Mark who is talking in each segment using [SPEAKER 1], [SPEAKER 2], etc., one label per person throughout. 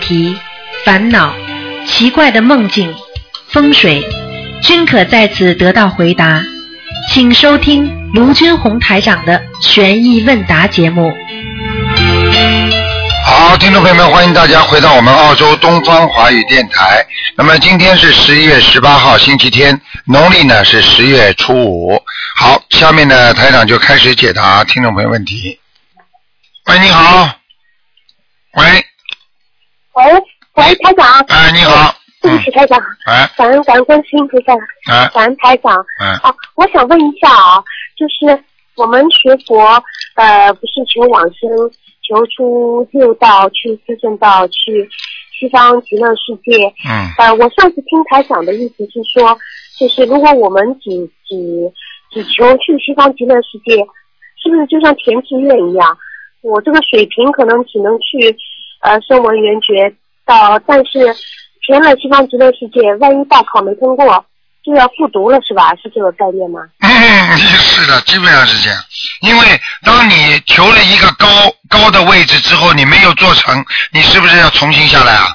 [SPEAKER 1] 题、烦恼、奇怪的梦境、风水，均可在此得到回答。请收听卢军红台长的悬疑问答节目。
[SPEAKER 2] 好，听众朋友们，欢迎大家回到我们澳洲东方华语电台。那么今天是十一月十八号，星期天，农历呢是十月初五。好，下面呢台长就开始解答听众朋友问题。喂，你好。喂，
[SPEAKER 3] 喂喂，台长，
[SPEAKER 2] 哎，你好。
[SPEAKER 3] 对不
[SPEAKER 2] 嗯
[SPEAKER 3] 起，，台长，
[SPEAKER 2] 哎，
[SPEAKER 3] 感恩感恩观世音菩萨，
[SPEAKER 2] 哎，
[SPEAKER 3] 感恩台长。
[SPEAKER 2] 哎，
[SPEAKER 3] 啊，我想问一下啊，就是我们学佛，呃，不是求往生，求出六道，去四圣道，去西方极乐世界。
[SPEAKER 2] 嗯，
[SPEAKER 3] 呃，我上次听台长的意思是说，就是如果我们只只只求去西方极乐世界，是不是就像填志愿一样？我这个水平可能只能去呃声闻缘觉到，但是填了西方极乐世界，万一大考没通过，就要复读了是吧？是这个概念吗？
[SPEAKER 2] 嗯， 是的，基本上是这样。因为当你求了一个高高的位置之后，你没有做成，你是不是要重新下来啊？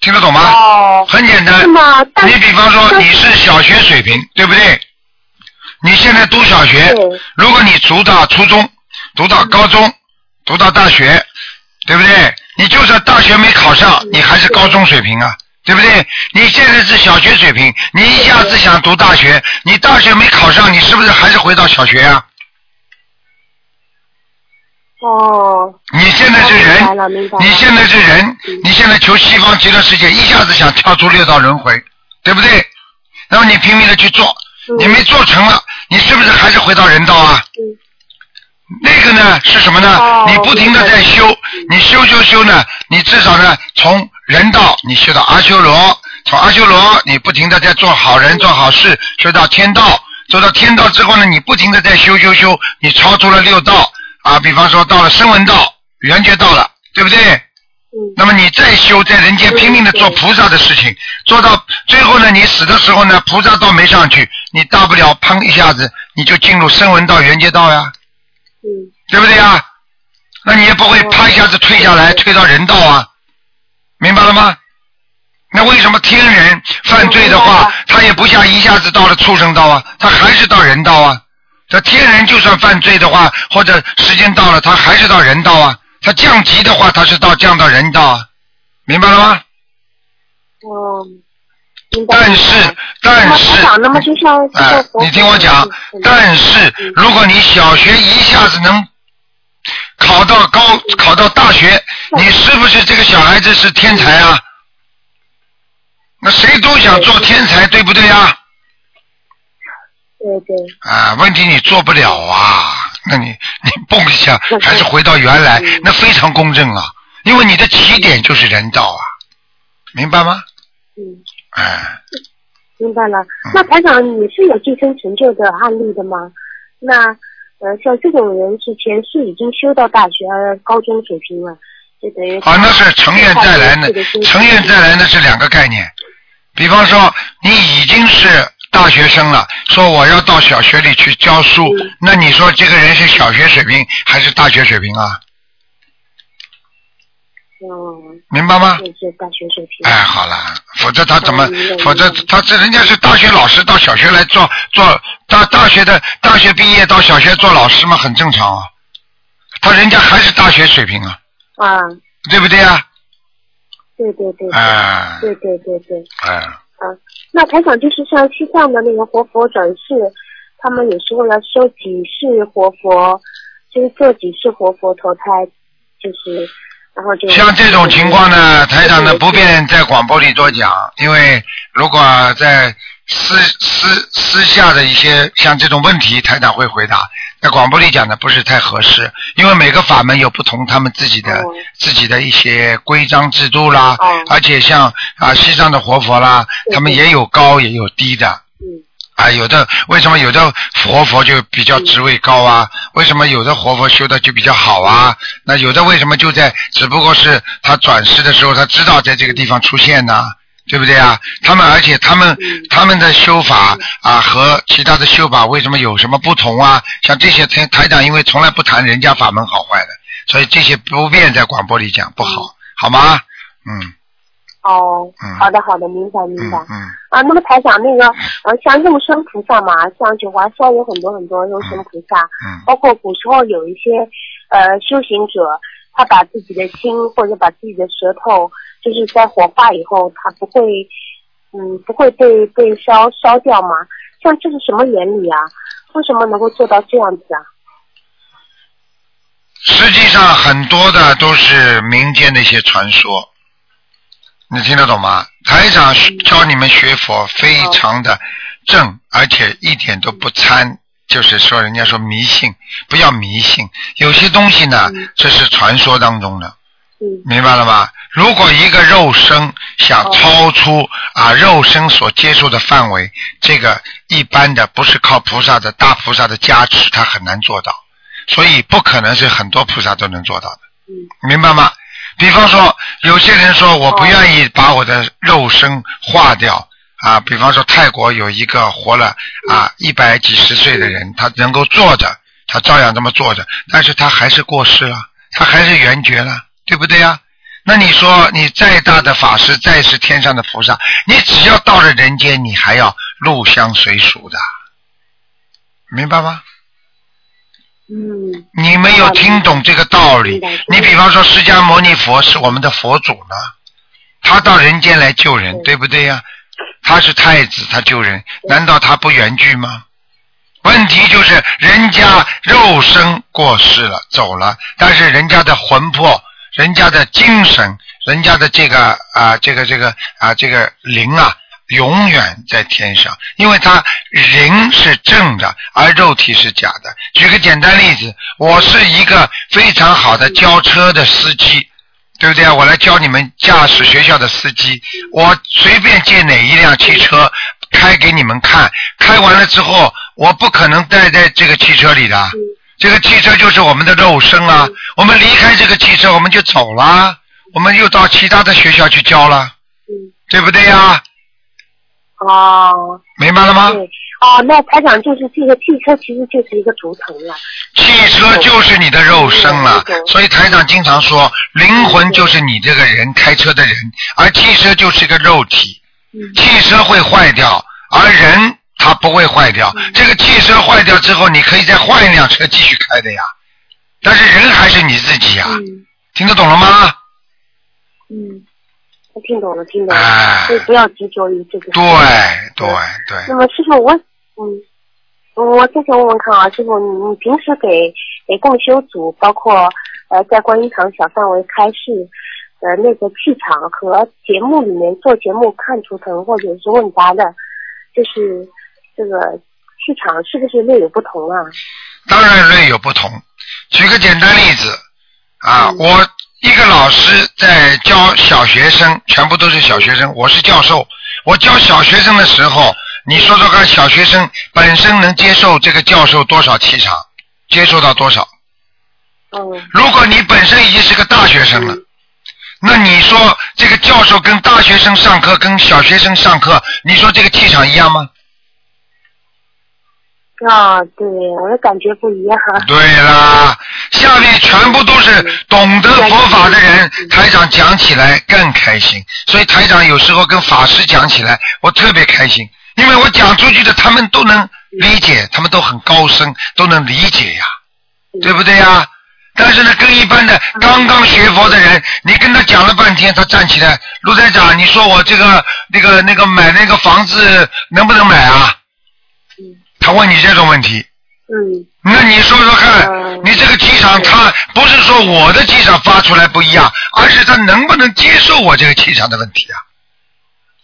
[SPEAKER 2] 听得懂吗？
[SPEAKER 3] 哦，
[SPEAKER 2] 很简单
[SPEAKER 3] 是，吗？但
[SPEAKER 2] 你比方说
[SPEAKER 3] 但
[SPEAKER 2] 你是小学水平，对不对？你现在读小学
[SPEAKER 3] 对，
[SPEAKER 2] 如果你读到初中，读到高中，读到大学，对不对？你就算大学没考上，
[SPEAKER 3] 嗯
[SPEAKER 2] 你还是高中水平啊，对不对？你现在是小学水平，你一下子想读大学，你大学没考上，你是不是还是回到小学啊？
[SPEAKER 3] 哦，
[SPEAKER 2] 你现在是
[SPEAKER 3] 明白
[SPEAKER 2] 人，
[SPEAKER 3] 了，明白了。嗯
[SPEAKER 2] 你现在是人，你现在求西方极乐世界，一下子想跳出六道轮回，对不对？那么你拼命的去做，你没做成了，你是不是还是回到人道啊？
[SPEAKER 3] 嗯
[SPEAKER 2] 那个呢是什么呢？
[SPEAKER 3] 哦
[SPEAKER 2] 你不停的在修，
[SPEAKER 3] 白
[SPEAKER 2] 你修修修呢，你至少呢从人道你修到阿修罗，从阿修罗你不停的在做好
[SPEAKER 3] 嗯
[SPEAKER 2] 人做好事，修到天道，做到天道之后呢，你不停的在修修修，你超出了六道啊，比方说到了声闻道、缘觉道了，对不对？
[SPEAKER 3] 嗯
[SPEAKER 2] 那么你再修，在人间拼命的做菩萨的事情，做到最后呢，你死的时候呢，菩萨道没上去，你大不了砰一下子，你就进入声闻道、缘觉道呀，
[SPEAKER 3] 嗯
[SPEAKER 2] 对不对呀？那你也不
[SPEAKER 3] 哦
[SPEAKER 2] 会啪一下子退下来，退到人道啊，明白了吗？那为什么天人犯罪的
[SPEAKER 3] 我明白
[SPEAKER 2] 话
[SPEAKER 3] 了，
[SPEAKER 2] 他也不像一下子到了畜生道啊，他还是到人道啊。这天人就算犯罪的话，或者时间到了，他还是到人道啊。他降级的话，他是到降到人道啊，明白了吗？
[SPEAKER 3] 哦，明白了。
[SPEAKER 2] 但是，
[SPEAKER 3] 那
[SPEAKER 2] 但
[SPEAKER 3] 么
[SPEAKER 2] 是
[SPEAKER 3] 台，长，那么就像就
[SPEAKER 2] 哎
[SPEAKER 3] 像佛，
[SPEAKER 2] 你听我讲
[SPEAKER 3] 嗯嗯，
[SPEAKER 2] 但是如果你小学一下子能考到高，考到大学，你是不是这个小孩子是天才啊？那谁都想做天才，对不对呀？
[SPEAKER 3] 对对，
[SPEAKER 2] 啊，问题你做不了啊，那你你蹦一下，还是回到原来，那非常公正啊，因为你的起点就是人道啊，明白吗？
[SPEAKER 3] 嗯，
[SPEAKER 2] 哎，
[SPEAKER 3] 明白了。
[SPEAKER 2] 嗯
[SPEAKER 3] 那台长，你是有晋升成就的案例的吗？那呃，像这种人是前世已经修到大学、呃高中水平了，就等于
[SPEAKER 2] 啊，那是成愿再来呢
[SPEAKER 3] 是的是，的
[SPEAKER 2] 成愿再来那是两个概念。比方说，你已经是大学生了，说我要到小学里去教书，
[SPEAKER 3] 嗯
[SPEAKER 2] 那你说这个人是小学水平还是大学水平啊？
[SPEAKER 3] 嗯，
[SPEAKER 2] 明白吗？
[SPEAKER 3] 就是大学水平。
[SPEAKER 2] 哎，好了，否则他怎么
[SPEAKER 3] 嗯明白？
[SPEAKER 2] 否则
[SPEAKER 3] 明
[SPEAKER 2] 他这人家是大学老师，到小学来做做大大学的大学毕业到小学做老师嘛，很正常啊。他人家还是大学水平啊，
[SPEAKER 3] 啊，
[SPEAKER 2] 对不对啊？
[SPEAKER 3] 对对对，
[SPEAKER 2] 哎、
[SPEAKER 3] 对对对对。
[SPEAKER 2] 哎、
[SPEAKER 3] 那台长就是像西藏的那个活佛转世，他们有时候要修几世活佛，就是做几世活佛投胎，就是然后就
[SPEAKER 2] 像这种情况，呢，台长呢不便在广播里多讲，因为如果在私私私下的一些像这种问题，台长会回答。在广播里讲呢不是太合适，因为每个法门有不同他们自己的、
[SPEAKER 3] 哦
[SPEAKER 2] 自己的一些规章制度啦，
[SPEAKER 3] 哦
[SPEAKER 2] 而且像啊西藏的活佛啦，
[SPEAKER 3] 对
[SPEAKER 2] 他们
[SPEAKER 3] 对
[SPEAKER 2] 也有高也有低的，
[SPEAKER 3] 嗯，
[SPEAKER 2] 啊，有的为什么有的活佛就比较职位高啊？为什么有的活佛修的就比较好啊？那有的为什么就在只不过是他转世的时候，他知道在这个地方出现呢、对不对啊？他们而且他们
[SPEAKER 3] 嗯
[SPEAKER 2] 他们的修法啊和其他的修法为什么有什么不同啊？像这些台台长因为从来不谈人家法门好坏的，所以这些不便在广播里讲不好，好吗？嗯
[SPEAKER 3] 哦
[SPEAKER 2] 嗯，
[SPEAKER 3] 好的好的，明白明
[SPEAKER 2] 嗯
[SPEAKER 3] 白。
[SPEAKER 2] 嗯，
[SPEAKER 3] 啊，那么台长，那个呃，像肉身菩萨嘛，像九华山有很多很多肉身菩萨，
[SPEAKER 2] 嗯
[SPEAKER 3] 包括古时候有一些呃修行者，他把自己的心或者把自己的舌头，就是在火化以后，他不会嗯不会被被烧烧掉嘛？像这是什么原理啊？为什么能够做到这样子啊？
[SPEAKER 2] 实际上很多的都是民间的一些传说，你听得懂吗？台长学教你们学佛非常的正，而且一点都不掺，就是说人家说迷信，不要迷信，有些东西呢
[SPEAKER 3] 嗯，
[SPEAKER 2] 这是传说当中的。
[SPEAKER 3] 嗯
[SPEAKER 2] 明白了吗？如果一个肉身想超出、啊肉身所接受的范围，这个一般的不是靠菩萨的大菩萨的加持，他很难做到，所以不可能是很多菩萨都能做到的，
[SPEAKER 3] 嗯
[SPEAKER 2] 明白吗？比方说，有些人说我不愿意把我的肉身化掉啊，比方说泰国有一个活了啊一百几十岁的人，他能够坐着，他照样这么坐着，但是他还是过世了，他还是圆觉了，对不对呀、那你说，你再大的法师，再是天上的菩萨，你只要到了人间，你还要入乡随俗的，明白吗？
[SPEAKER 3] 嗯
[SPEAKER 2] 你没有听懂这个道理
[SPEAKER 3] 明白明白。
[SPEAKER 2] 你比方说，释迦牟尼佛是我们的佛祖呢，他到人间来救人，
[SPEAKER 3] 对
[SPEAKER 2] 对不对呀、他是太子，他救人，难道他不圆寂吗？问题就是人家肉身过世了，走了，但是人家的魂魄、人家的精神、人家的这个啊、这个这个啊、这个灵啊，永远在天上，因为他灵是正的，而肉体是假的。举个简单例子，我是一个非常好的教车的司机，对不对啊？我来教你们驾驶学校的司机，我随便借哪一辆汽车开给你们看，开完了之后，我不可能待在这个汽车里的，这个汽车就是我们的肉身啊。我们离开这个汽车，我们就走啦，我们又到其他的学校去教了，
[SPEAKER 3] 嗯
[SPEAKER 2] 对不对呀、
[SPEAKER 3] 哦，
[SPEAKER 2] 明白了吗？
[SPEAKER 3] 对哦，那台长就是这个汽车其实就是一个图腾了。
[SPEAKER 2] 汽车就是你的肉身了
[SPEAKER 3] 嗯，
[SPEAKER 2] 所以台长经常说，灵魂就是你这个人开车的人，而汽车就是一个肉体。
[SPEAKER 3] 嗯
[SPEAKER 2] 汽车会坏掉，而人他不会坏掉。这个汽车坏掉之后，你可以再换一辆车继续开的呀，但是人还是你自己呀，
[SPEAKER 3] 嗯
[SPEAKER 2] 听得懂了吗？
[SPEAKER 3] 嗯，我听懂了，听懂了。
[SPEAKER 2] 哎，
[SPEAKER 3] 所以不要执着于这个。
[SPEAKER 2] 对对对
[SPEAKER 3] 那，么师傅，我嗯，我再想问问看啊，师傅，你你平时给给共修组，包括呃在观音堂小范围开示，呃那个气场和节目里面做节目看图腾或者是问答的，就是这个气场是不是略有不同啊？
[SPEAKER 2] 当然略有不同。举个简单例子，啊，
[SPEAKER 3] 嗯
[SPEAKER 2] 我一个老师在教小学生，全部都是小学生，我是教授。我教小学生的时候，你说说看，小学生本身能接受这个教授多少气场，接受到多少？
[SPEAKER 3] 嗯
[SPEAKER 2] 如果你本身已经是个大学生了，那你说这个教授跟大学生上课，跟小学生上课，你说这个气场一样吗？
[SPEAKER 3] 啊，对，我的感觉不一样。
[SPEAKER 2] 对啦，下面全部都是懂得佛法的人，台长讲起来更开心。所以台长有时候跟法师讲起来，我特别开心，因为我讲出去的他们都能理解，他们都很高深，都能理解呀，对不对呀？但是呢，跟一般的刚刚学佛的人，你跟他讲了半天，他站起来，陆台长，你说我这个那个那个买那个房子能不能买啊？他问你这种问题，
[SPEAKER 3] 嗯
[SPEAKER 2] 那你说说看
[SPEAKER 3] 嗯，
[SPEAKER 2] 你这个气场，它不是说我的气场发出来不一样，而是他能不能接受我这个气场的问题啊？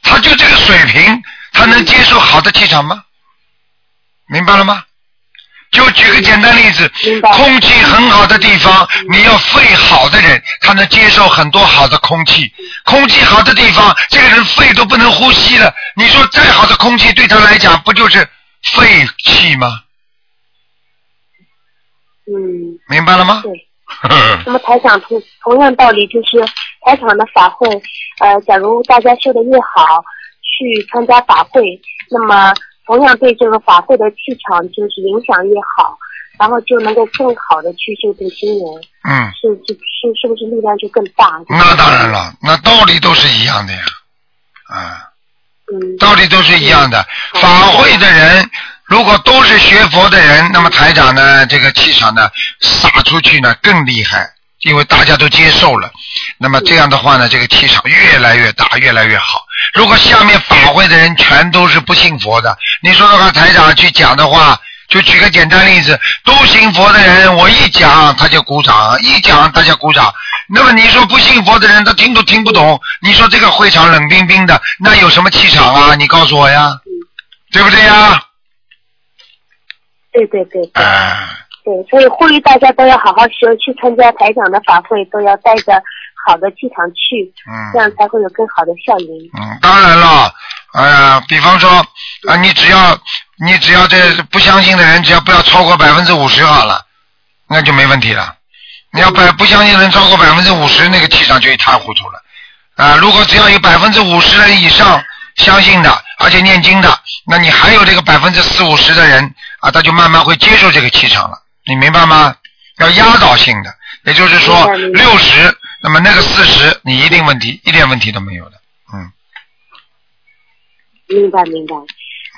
[SPEAKER 2] 他就这个水平，他能接受好的气场吗？明白了吗？就举个简单例子
[SPEAKER 3] 明，白嗯
[SPEAKER 2] 空气很好的地方，你要肺好的人，他能接受很多好的空气。空气好的地方，这个人肺都不能呼吸了，你说再好的空气对他来讲，不就是废气吗？
[SPEAKER 3] 嗯，
[SPEAKER 2] 明白了吗？
[SPEAKER 3] 对。
[SPEAKER 2] 呵
[SPEAKER 3] 那么台长同同样道理就是台长的法会，呃，假如大家修的越好，去参加法会，那么同样对这个法会的气场就是影响越好。然后就能够更好的去修读心灵，
[SPEAKER 2] 嗯，
[SPEAKER 3] 是就是是不是力量就更大？
[SPEAKER 2] 那当然了，那道理都是一样的呀，啊。
[SPEAKER 3] 嗯，
[SPEAKER 2] 道理都是一样的。
[SPEAKER 3] 嗯
[SPEAKER 2] 法会的人如果都是学佛的人，那么台长呢，这个气场呢撒出去呢更厉害，因为大家都接受了。那么这样的
[SPEAKER 3] 嗯
[SPEAKER 2] 话呢，这个气场越来越大，越来越好。如果下面法会的人全都是不信佛的，你说的话，台长去讲的话。就举个简单例子，都信佛的人，我一讲他就鼓掌，一讲大家鼓掌，那么你说不信佛的人，他听都听不懂。你说这个会场冷冰冰的，那有什么气场啊？你告诉我呀，对不对呀？
[SPEAKER 3] 对对对对。
[SPEAKER 2] 哎、
[SPEAKER 3] 对，所以呼吁大家都要好好修，去参加台长的法会，都要带着好的气场去，这
[SPEAKER 2] 嗯
[SPEAKER 3] 样才会有更好的效应。
[SPEAKER 2] 嗯，当然了，哎、呀，比方说啊、你只要你只要这不相信的人，只要不要超过百分之五十好了，那就没问题了。你要百不相信的人超过百分之五十，那个气场就一塌糊涂了。啊、如果只要有百分之五十人以上相信的，而且念经的，那你还有这个百分之四五十的人啊，他就慢慢会接受这个气场了，你明白吗？要压倒性的，也就是说
[SPEAKER 3] 明白明白
[SPEAKER 2] 六十，那么那个四十，你一定问题一点问题都没有的，嗯。
[SPEAKER 3] 明白明白，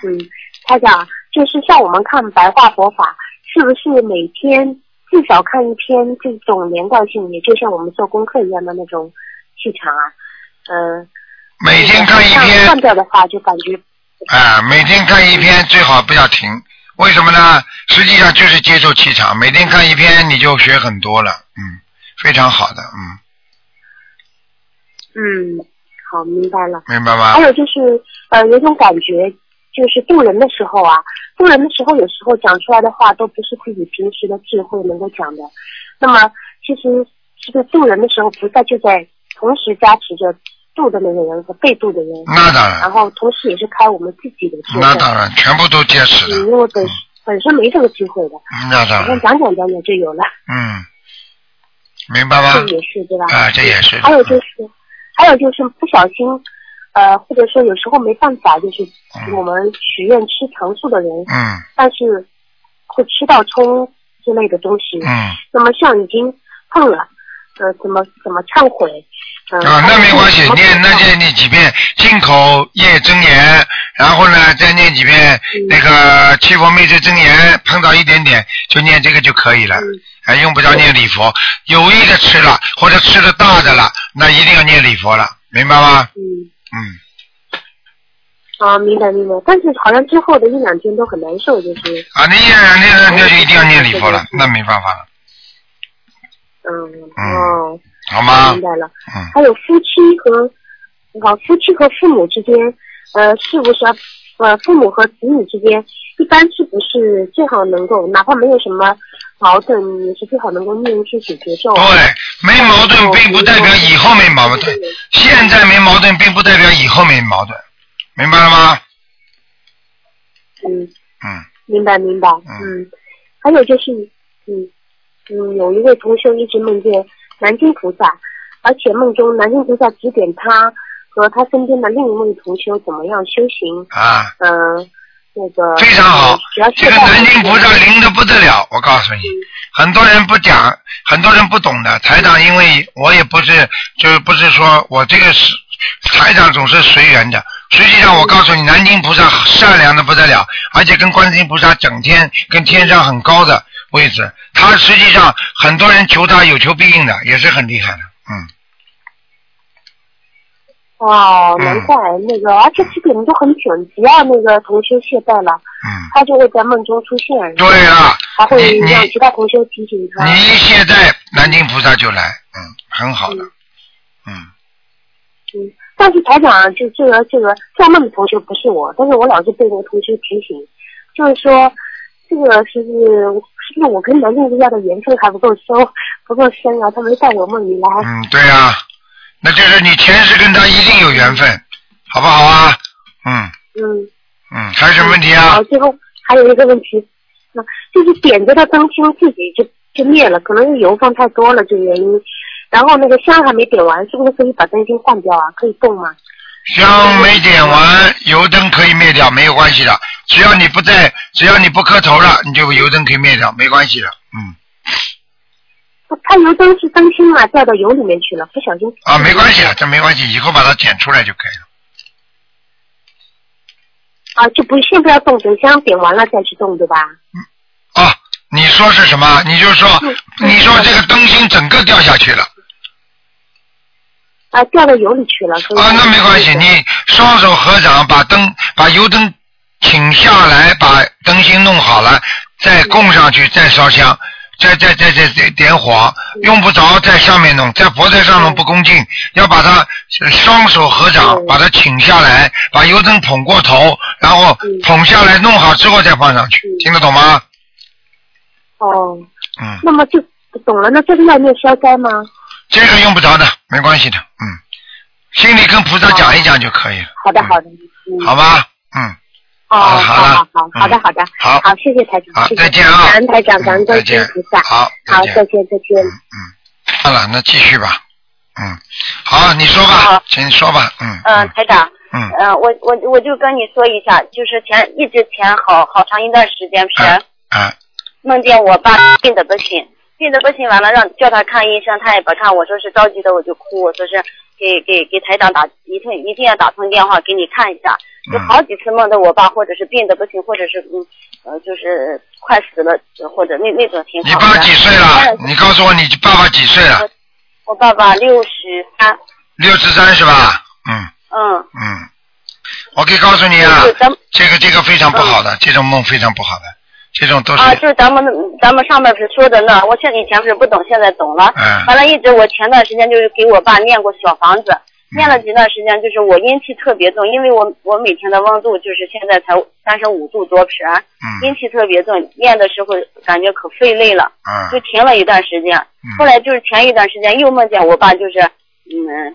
[SPEAKER 3] 嗯，台长，就是像我们看白话佛法，是不是每天至少看一篇这种连贯性，也就像我们做功课一样的那种气场啊？嗯、
[SPEAKER 2] 每天看一篇
[SPEAKER 3] 换，掉的话就感觉
[SPEAKER 2] 啊，每天看一篇最好不要停。为什么呢？实际上就是接受气场，每天看一篇你就学很多了，嗯，非常好的，嗯，
[SPEAKER 3] 嗯，好明白了。
[SPEAKER 2] 明白吗
[SPEAKER 3] 还？有就是，呃，有一种感觉，就是渡人的时候啊，渡人的时候有时候讲出来的话都不是自己平时的智慧能够讲的。那么，其实是不是渡人的时候，菩萨就在同时加持着渡的那个人和被渡的人，
[SPEAKER 2] 那当然
[SPEAKER 3] 然，后同时也是开我们自己的智
[SPEAKER 2] 那
[SPEAKER 3] 慧。
[SPEAKER 2] 当然，全部都结实
[SPEAKER 3] 嗯，
[SPEAKER 2] 的，嗯
[SPEAKER 3] 因为本本身没这个智慧的，好
[SPEAKER 2] 那当
[SPEAKER 3] 像
[SPEAKER 2] 然，
[SPEAKER 3] 讲讲讲讲就有了，
[SPEAKER 2] 嗯，明白吗
[SPEAKER 3] 这？也是对吧？
[SPEAKER 2] 啊，这也是的，
[SPEAKER 3] 还有就是，
[SPEAKER 2] 嗯
[SPEAKER 3] 还有就是不小心，呃，或者说有时候没办法，就是
[SPEAKER 2] 嗯
[SPEAKER 3] 我们许愿吃糖素的人，
[SPEAKER 2] 嗯
[SPEAKER 3] 但是会吃到葱之类的东西。
[SPEAKER 2] 嗯，
[SPEAKER 3] 那么像已经碰了，呃，怎么怎么忏悔？嗯、
[SPEAKER 2] 啊，那没关系
[SPEAKER 3] 怎，么
[SPEAKER 2] 念那就念几遍进口业真言，然后呢再念几遍
[SPEAKER 3] 嗯
[SPEAKER 2] 那个七佛灭罪真言，碰到一点点就念这个就可以了，
[SPEAKER 3] 嗯
[SPEAKER 2] 还用不着念礼佛。有意的吃了或者吃的大的了，那一定要念礼佛了，明白吗？
[SPEAKER 3] 嗯
[SPEAKER 2] 嗯，
[SPEAKER 3] 啊，明白明白。但是好像之后的一两天都很难受，就是
[SPEAKER 2] 啊，你念念了那就一定要念礼佛了，那没办法了，
[SPEAKER 3] 嗯
[SPEAKER 2] 嗯
[SPEAKER 3] 哦，
[SPEAKER 2] 好吗
[SPEAKER 3] 明？白了。
[SPEAKER 2] 嗯，
[SPEAKER 3] 还有夫妻和，好夫妻和父母之间，呃，是不是要呃父母和子女之间，一般是不是最好能够，哪怕没有什么矛盾，也是最好能够念一些解决咒。
[SPEAKER 2] 对，没矛盾并不代表以后没矛
[SPEAKER 3] 嗯
[SPEAKER 2] 盾，现在没矛盾并不代表以后没矛盾，明白了吗？
[SPEAKER 3] 嗯，
[SPEAKER 2] 嗯。
[SPEAKER 3] 明白明白。
[SPEAKER 2] 嗯
[SPEAKER 3] 嗯，还有就是，嗯嗯，有一位同修一直梦见南京菩萨，而且梦中南京菩萨指点他和他身边的另一位同修怎么样修行。
[SPEAKER 2] 啊，
[SPEAKER 3] 嗯，那个
[SPEAKER 2] 非常好
[SPEAKER 3] 只要
[SPEAKER 2] 这个南京菩萨灵的不得了，我告诉你，很多人不讲，很多人不懂的。台长，因为我也不是，就是不是说我这个是台长总是随缘的。实际上，我告诉你，南京菩萨善良的不得了，而且跟观世音菩萨整天跟天上很高的位置，他实际上很多人求他有求必应的，也是很厉害的。嗯，
[SPEAKER 3] 哦，
[SPEAKER 2] 嗯
[SPEAKER 3] 难怪那个，而且这点都很准，只要那个同修懈怠了，
[SPEAKER 2] 嗯，
[SPEAKER 3] 他就会在梦中出现，
[SPEAKER 2] 对了，
[SPEAKER 3] 还会
[SPEAKER 2] 你你
[SPEAKER 3] 让其他同修提醒他。
[SPEAKER 2] 你一现在南京菩萨就来，嗯，很好的，嗯。
[SPEAKER 3] 嗯，但是台长就这个这个做梦的同修不是我，但是我老是被那个同修提醒，就是说这个是不是是不是我跟南京菩萨的缘分还不够深，不够深啊？他没到我梦里来。
[SPEAKER 2] 嗯，对呀、那就是你前世跟他一定有缘分，好不好啊？嗯
[SPEAKER 3] 嗯，
[SPEAKER 2] 嗯，还有什么问题
[SPEAKER 3] 然
[SPEAKER 2] 啊
[SPEAKER 3] 后？最后还有一个问题，那就是点着的灯芯自己就就灭了，可能是油放太多了这原因。然后那个香还没点完，是不是可以把灯芯换掉啊？可以动吗？
[SPEAKER 2] 香没点完，油灯可以灭掉，没有关系的。只要你不在，只要你不磕头了，你就油灯可以灭掉，没关系的，嗯。
[SPEAKER 3] 他油灯是灯芯嘛，掉到油里面去了，不小心。
[SPEAKER 2] 啊，没关系啊，这没关系，以后把它捡出来就可以了。
[SPEAKER 3] 啊，就不先不要动，等香点完了再去动，对吧？
[SPEAKER 2] 啊，你说是什么？你就说，
[SPEAKER 3] 嗯
[SPEAKER 2] 你说这个灯芯整个掉下去了
[SPEAKER 3] 啊，掉到油里去了。所以
[SPEAKER 2] 啊，那没关系，你 双手合掌，把灯把油灯请下来，把灯芯弄好了，再供上去，再烧香，再再再再再点火，用不着在上面弄，在佛台上面不恭敬，要把它双手合掌，把它请下来，把油灯捧过头，然后捧下来弄好之后再放上去，听得懂吗？
[SPEAKER 3] 哦，
[SPEAKER 2] 嗯，
[SPEAKER 3] 那么就懂了。那这个要念消灾吗？
[SPEAKER 2] 这个用不着的，没关系的，嗯，心里跟菩萨讲一讲就可以了，
[SPEAKER 3] 好的，好的。嗯，
[SPEAKER 2] 好吧？嗯。
[SPEAKER 3] 哦，
[SPEAKER 2] 好
[SPEAKER 3] 好
[SPEAKER 2] 了好了
[SPEAKER 3] 好好，好的，
[SPEAKER 2] 嗯
[SPEAKER 3] 好的，
[SPEAKER 2] 好
[SPEAKER 3] 好，谢谢台长，
[SPEAKER 2] 好
[SPEAKER 3] 谢谢
[SPEAKER 2] 再见啊
[SPEAKER 3] 感恩台长，感恩
[SPEAKER 2] 再
[SPEAKER 3] 观世
[SPEAKER 2] 见
[SPEAKER 3] 音菩萨，
[SPEAKER 2] 好，
[SPEAKER 3] 好，
[SPEAKER 2] 再
[SPEAKER 3] 再见，
[SPEAKER 2] 见。
[SPEAKER 3] 再见。
[SPEAKER 2] 好了，那继续吧。嗯，好，你说吧
[SPEAKER 4] 好，
[SPEAKER 2] 请说吧。嗯
[SPEAKER 4] 嗯，台长，
[SPEAKER 2] 嗯
[SPEAKER 4] 嗯，我我我就跟你说一下，就是前一直前好好长一段时间是、
[SPEAKER 2] 啊啊
[SPEAKER 4] 梦见我爸病的不行，病的不行，完了让叫他看医生，他也不看，我说是着急的我就哭，我说是给给给台长打一定一定要打通电话给你看一下，就
[SPEAKER 2] 嗯
[SPEAKER 4] 好几次梦到我爸或者是病的不行，或者是嗯呃就是快死了或者那那种情
[SPEAKER 2] 你
[SPEAKER 4] 况。
[SPEAKER 2] 爸几岁了
[SPEAKER 4] 嗯？
[SPEAKER 2] 你告诉我你爸爸几岁了？
[SPEAKER 4] 我爸爸六十三，
[SPEAKER 2] 六十三是吧？嗯
[SPEAKER 4] 嗯，
[SPEAKER 2] 嗯，我可以告诉你啊
[SPEAKER 4] 就是，咱们
[SPEAKER 2] 这个这个非常不好的，这种梦非常不好的，这种都是
[SPEAKER 4] 嗯啊，就是咱们咱们上面不是说的呢，我现以前不是不懂，现在懂了。
[SPEAKER 2] 嗯
[SPEAKER 4] 完了，一直我前段时间就是给我爸念过小房子，
[SPEAKER 2] 嗯
[SPEAKER 4] 念了几段时间，就是我阴气特别重，因为我我每天的温度就是现在才三十五度多平，阴
[SPEAKER 2] 嗯
[SPEAKER 4] 气特别重，念的时候感觉可费力了，就
[SPEAKER 2] 嗯
[SPEAKER 4] 停了一段时间。后来就是前一段时间又梦见我爸，就是嗯，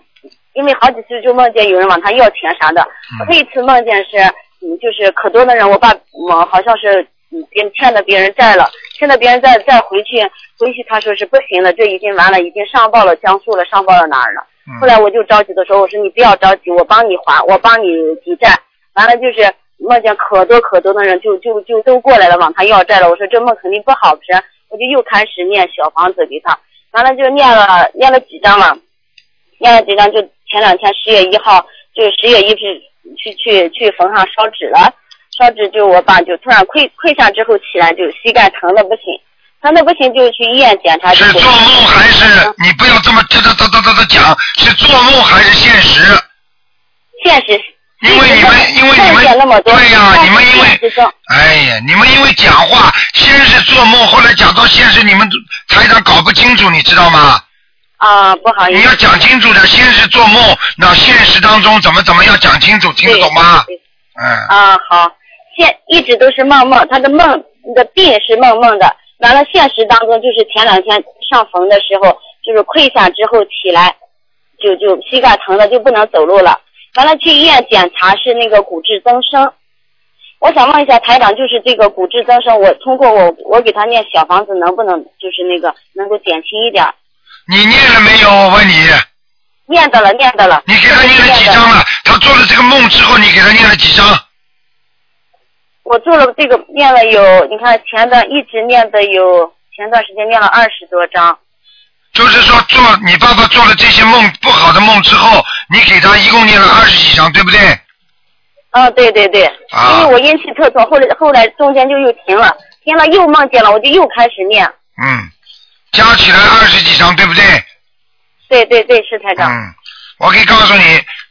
[SPEAKER 4] 因为好几次就梦见有人往他要钱啥的。
[SPEAKER 2] 嗯
[SPEAKER 4] 这一次梦见是嗯，就是可多的人，我爸我好像是嗯别欠了别人债了，欠了别人债再回去回去，他说是不行了，这已经完了，已经上报了江苏了，上报了哪儿了？
[SPEAKER 2] 嗯
[SPEAKER 4] 后来我就着急的说，我说你不要着急，我帮你还，我帮你抵债。完了就是梦见可多可多的人就就就都过来了，往他要债了。我说这梦肯定不好，不是？我就又开始念小房子给他，完了就念了念了几张了，念了几张就前两天十月一号，就是十月一去去去去坟上烧纸了，烧纸就我爸就突然跪跪下之后起来就膝盖疼的不行，疼的不行就去医院检查，
[SPEAKER 2] 是
[SPEAKER 4] 结果
[SPEAKER 2] 做梦还是你不要这么哒哒哒哒哒哒讲，是做梦还是现实？
[SPEAKER 4] 现实。
[SPEAKER 2] 因为你们，因为你
[SPEAKER 4] 梦见那么
[SPEAKER 2] 们，
[SPEAKER 4] 多
[SPEAKER 2] 对呀、
[SPEAKER 4] 但是
[SPEAKER 2] 你们因
[SPEAKER 4] 现实
[SPEAKER 2] 为
[SPEAKER 4] 中，
[SPEAKER 2] 哎呀，你们因为讲话，先是做梦，后来讲到现实，你们台长搞不清楚，你知道吗？
[SPEAKER 4] 啊，不好意思，
[SPEAKER 2] 你要讲清楚的，先是做梦，那现实当中怎么怎么要讲清楚，听得懂吗？
[SPEAKER 4] 对对
[SPEAKER 2] 嗯，
[SPEAKER 4] 啊，好，现一直都是梦梦，他的梦的病是梦梦的，完了现实当中就是前两天上坟的时候，就是跪下之后起来，就就膝盖疼的就不能走路了，完了去医院检查是那个骨质增生。我想问一下台长，就是这个骨质增生，我通过我我给他念小房子，能不能就是那个能够减轻一点儿？
[SPEAKER 2] 你念了没有？我问你，
[SPEAKER 4] 念到了，念到了。
[SPEAKER 2] 你给他念了几
[SPEAKER 4] 念到
[SPEAKER 2] 张了？他做了这个梦之后，你给他念了几张？
[SPEAKER 4] 我做了这个念了有，你看前段一直念的有，前段时间念了二十多章，
[SPEAKER 2] 就是说做你爸爸做了这些梦不好的梦之后，你给他一共念了二十几张，对不对？
[SPEAKER 4] 嗯，对对对，
[SPEAKER 2] 啊
[SPEAKER 4] 因为我阴气特重，后来后来中间就又停了，停了又梦见了，我就又开始念，
[SPEAKER 2] 嗯，加起来二十几张，对不对？
[SPEAKER 4] 对对对，是台长，
[SPEAKER 2] 嗯，我可以告诉你，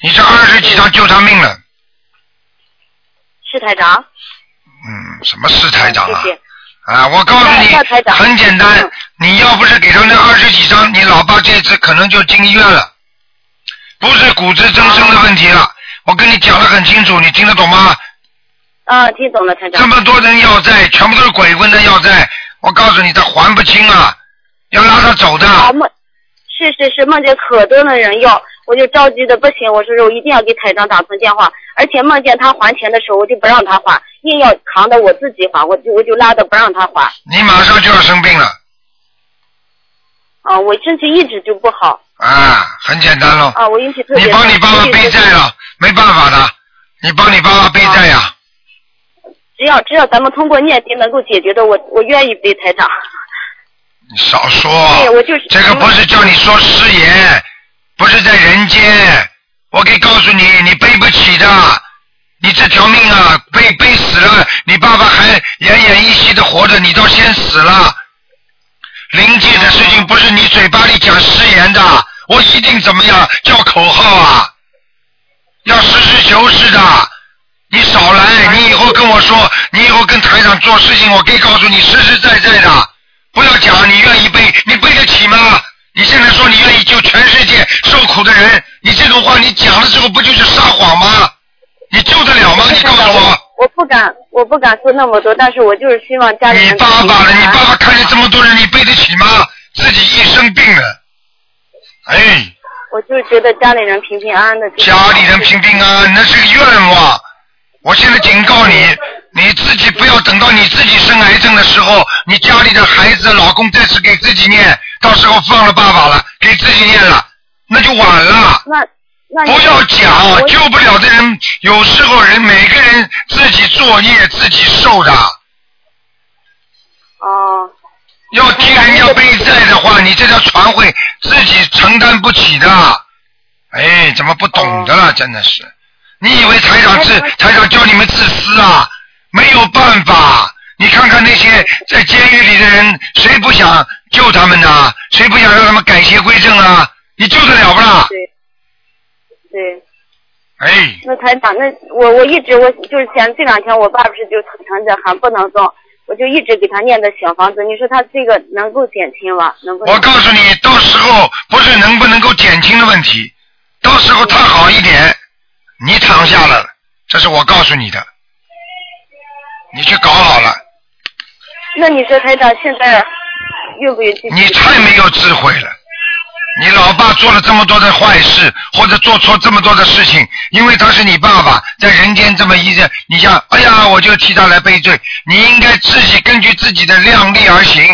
[SPEAKER 2] 你这二十几张救他命了。
[SPEAKER 4] 是台长，
[SPEAKER 2] 嗯，什么是台长啊
[SPEAKER 4] 谢？谢，
[SPEAKER 2] 啊，我告诉你
[SPEAKER 4] 那那台，长
[SPEAKER 2] 很简单
[SPEAKER 4] 嗯，
[SPEAKER 2] 你要不是给他那二十几张，你老爸这次可能就进医院了，不是骨质增生的问题了。我跟你讲的很清楚，你听得懂吗？
[SPEAKER 4] 啊，听懂了，台
[SPEAKER 2] 这
[SPEAKER 4] 长，
[SPEAKER 2] 么多人要债，全部都是鬼问的要债，我告诉你，他还不清啊，要拉他走的。
[SPEAKER 4] 啊梦，是是是梦见可多的人要，我就着急的不行，我说是我一定要给台长打通电话，而且梦见他还钱的时候，我就不让他还，硬要扛的我自己还，我就我就拉的不让他还。
[SPEAKER 2] 你马上就要生病了
[SPEAKER 4] 啊，我身体一直就不好
[SPEAKER 2] 啊，很简单喽。
[SPEAKER 4] 啊，我运气特别
[SPEAKER 2] 你
[SPEAKER 4] 好。
[SPEAKER 2] 啊帮你爸爸背债了，没办法的，你帮你爸爸背债呀、
[SPEAKER 4] 只要只要咱们通过念经能够解决的，我我愿意背台长。
[SPEAKER 2] 你少说。
[SPEAKER 4] 对，我就是
[SPEAKER 2] 这个不是叫你说誓言，不是在人间。我可以告诉你，你背不起的，你这条命啊，背背死了，你爸爸还奄奄一息的活着，你倒先死了。灵界的事情不是你嘴巴里讲誓言的，我一定怎么样叫口号啊，要实事求是的。你少来，你以后跟我说，你以后跟台长做事情，我可以告诉你实实在在的，不要讲你愿意背，你背得起吗？你现在说你愿意救全世界受苦的人，你这种话你讲了之后不就是撒谎吗？你救得了吗？你告诉我。
[SPEAKER 4] 我不敢，我不敢说那么多，但是我就是希望家里
[SPEAKER 2] 你
[SPEAKER 4] 人。
[SPEAKER 2] 爸爸了，你爸爸看见这么多人，你背得起吗？自己一生病了，哎，
[SPEAKER 4] 我就是觉得家里人平平安安的。
[SPEAKER 2] 家里人平平安安，那是个愿望。我现在警告你，你自己不要等到你自己生癌症的时候，你家里的孩子、老公再次给自己念，到时候放了爸爸了，给自己念了，那就晚了。
[SPEAKER 4] 那那你
[SPEAKER 2] 不要讲
[SPEAKER 4] 我
[SPEAKER 2] 救不了的人，有时候人每个人自己作孽自己受的。
[SPEAKER 4] 哦，
[SPEAKER 2] 要替人家背债的话，你这条船会自己承担不起的。哎，怎么不懂的
[SPEAKER 4] 哦
[SPEAKER 2] 了？真的是，你以为台长
[SPEAKER 4] 哎
[SPEAKER 2] 自台长教你们自私啊？没有办法，你看看那些在监狱里的人，谁不想救他们呢？谁不想让他们改邪归正啊？你救得了不啦？
[SPEAKER 4] 对对，
[SPEAKER 2] 哎，
[SPEAKER 4] 那台长，那我我一直我就是前这两天我爸不是就疼着喊不能动，我就一直给他念的小房子，你说他这个能够减轻吗？能够
[SPEAKER 2] 我告诉你，到时候不是能不能够减轻的问题，到时候他好一点，你躺下了，这是我告诉你的，你去搞好了，
[SPEAKER 4] 那你说台长现在愿不愿意继续？
[SPEAKER 2] 你太没有智慧了。你老爸做了这么多的坏事，或者做错这么多的事情，因为他是你爸爸，在人间这么一任，你想，哎呀，我就替他来背罪。你应该自己根据自己的量力而行，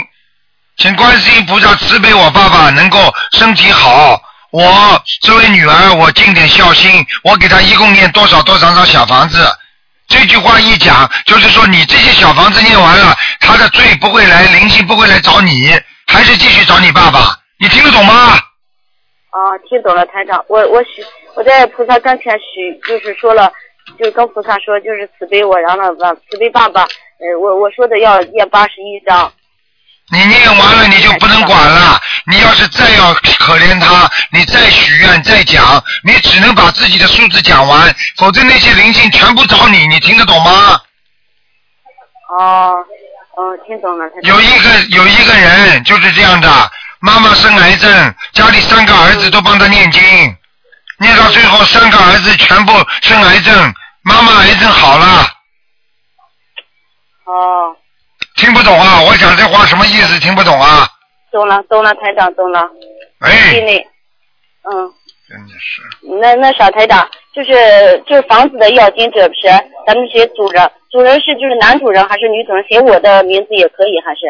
[SPEAKER 2] 请观世音菩萨慈悲我爸爸能够身体好。我作为女儿，我尽点孝心，我给他一共念多少多少张小房子。这句话一讲，就是说你这些小房子念完了，他的罪不会来，灵性不会来找你，还是继续找你爸爸。你听得懂吗？
[SPEAKER 4] 啊，听懂了，台长，我我许我在菩萨跟前许，就是说了，就是跟菩萨说，就是慈悲我，然后呢，慈悲爸爸，呃，我我说的要念八十一章，
[SPEAKER 2] 你念完了你就不能管了，你要是再要可怜他，你再许愿再讲，你只能把自己的数字讲完，否则那些灵性全部找你，你听得懂吗？
[SPEAKER 4] 哦，嗯，听懂了，台长，
[SPEAKER 2] 有一个有一个人就是这样的，妈妈生癌症，家里三个儿子都帮他念经，念到最后三个儿子全部生癌症，妈妈癌症好了，
[SPEAKER 4] 哦，
[SPEAKER 2] 听不懂啊？我讲这话什么意思？听不懂啊？
[SPEAKER 4] 懂了，懂了，台长，懂了，
[SPEAKER 2] 哎，
[SPEAKER 4] 对内，嗯，
[SPEAKER 2] 真的是，
[SPEAKER 4] 那那啥，台长，就是就是房子的要经者不是，咱们写主人，主人是就是男主人还是女主人，写我的名字也可以还是？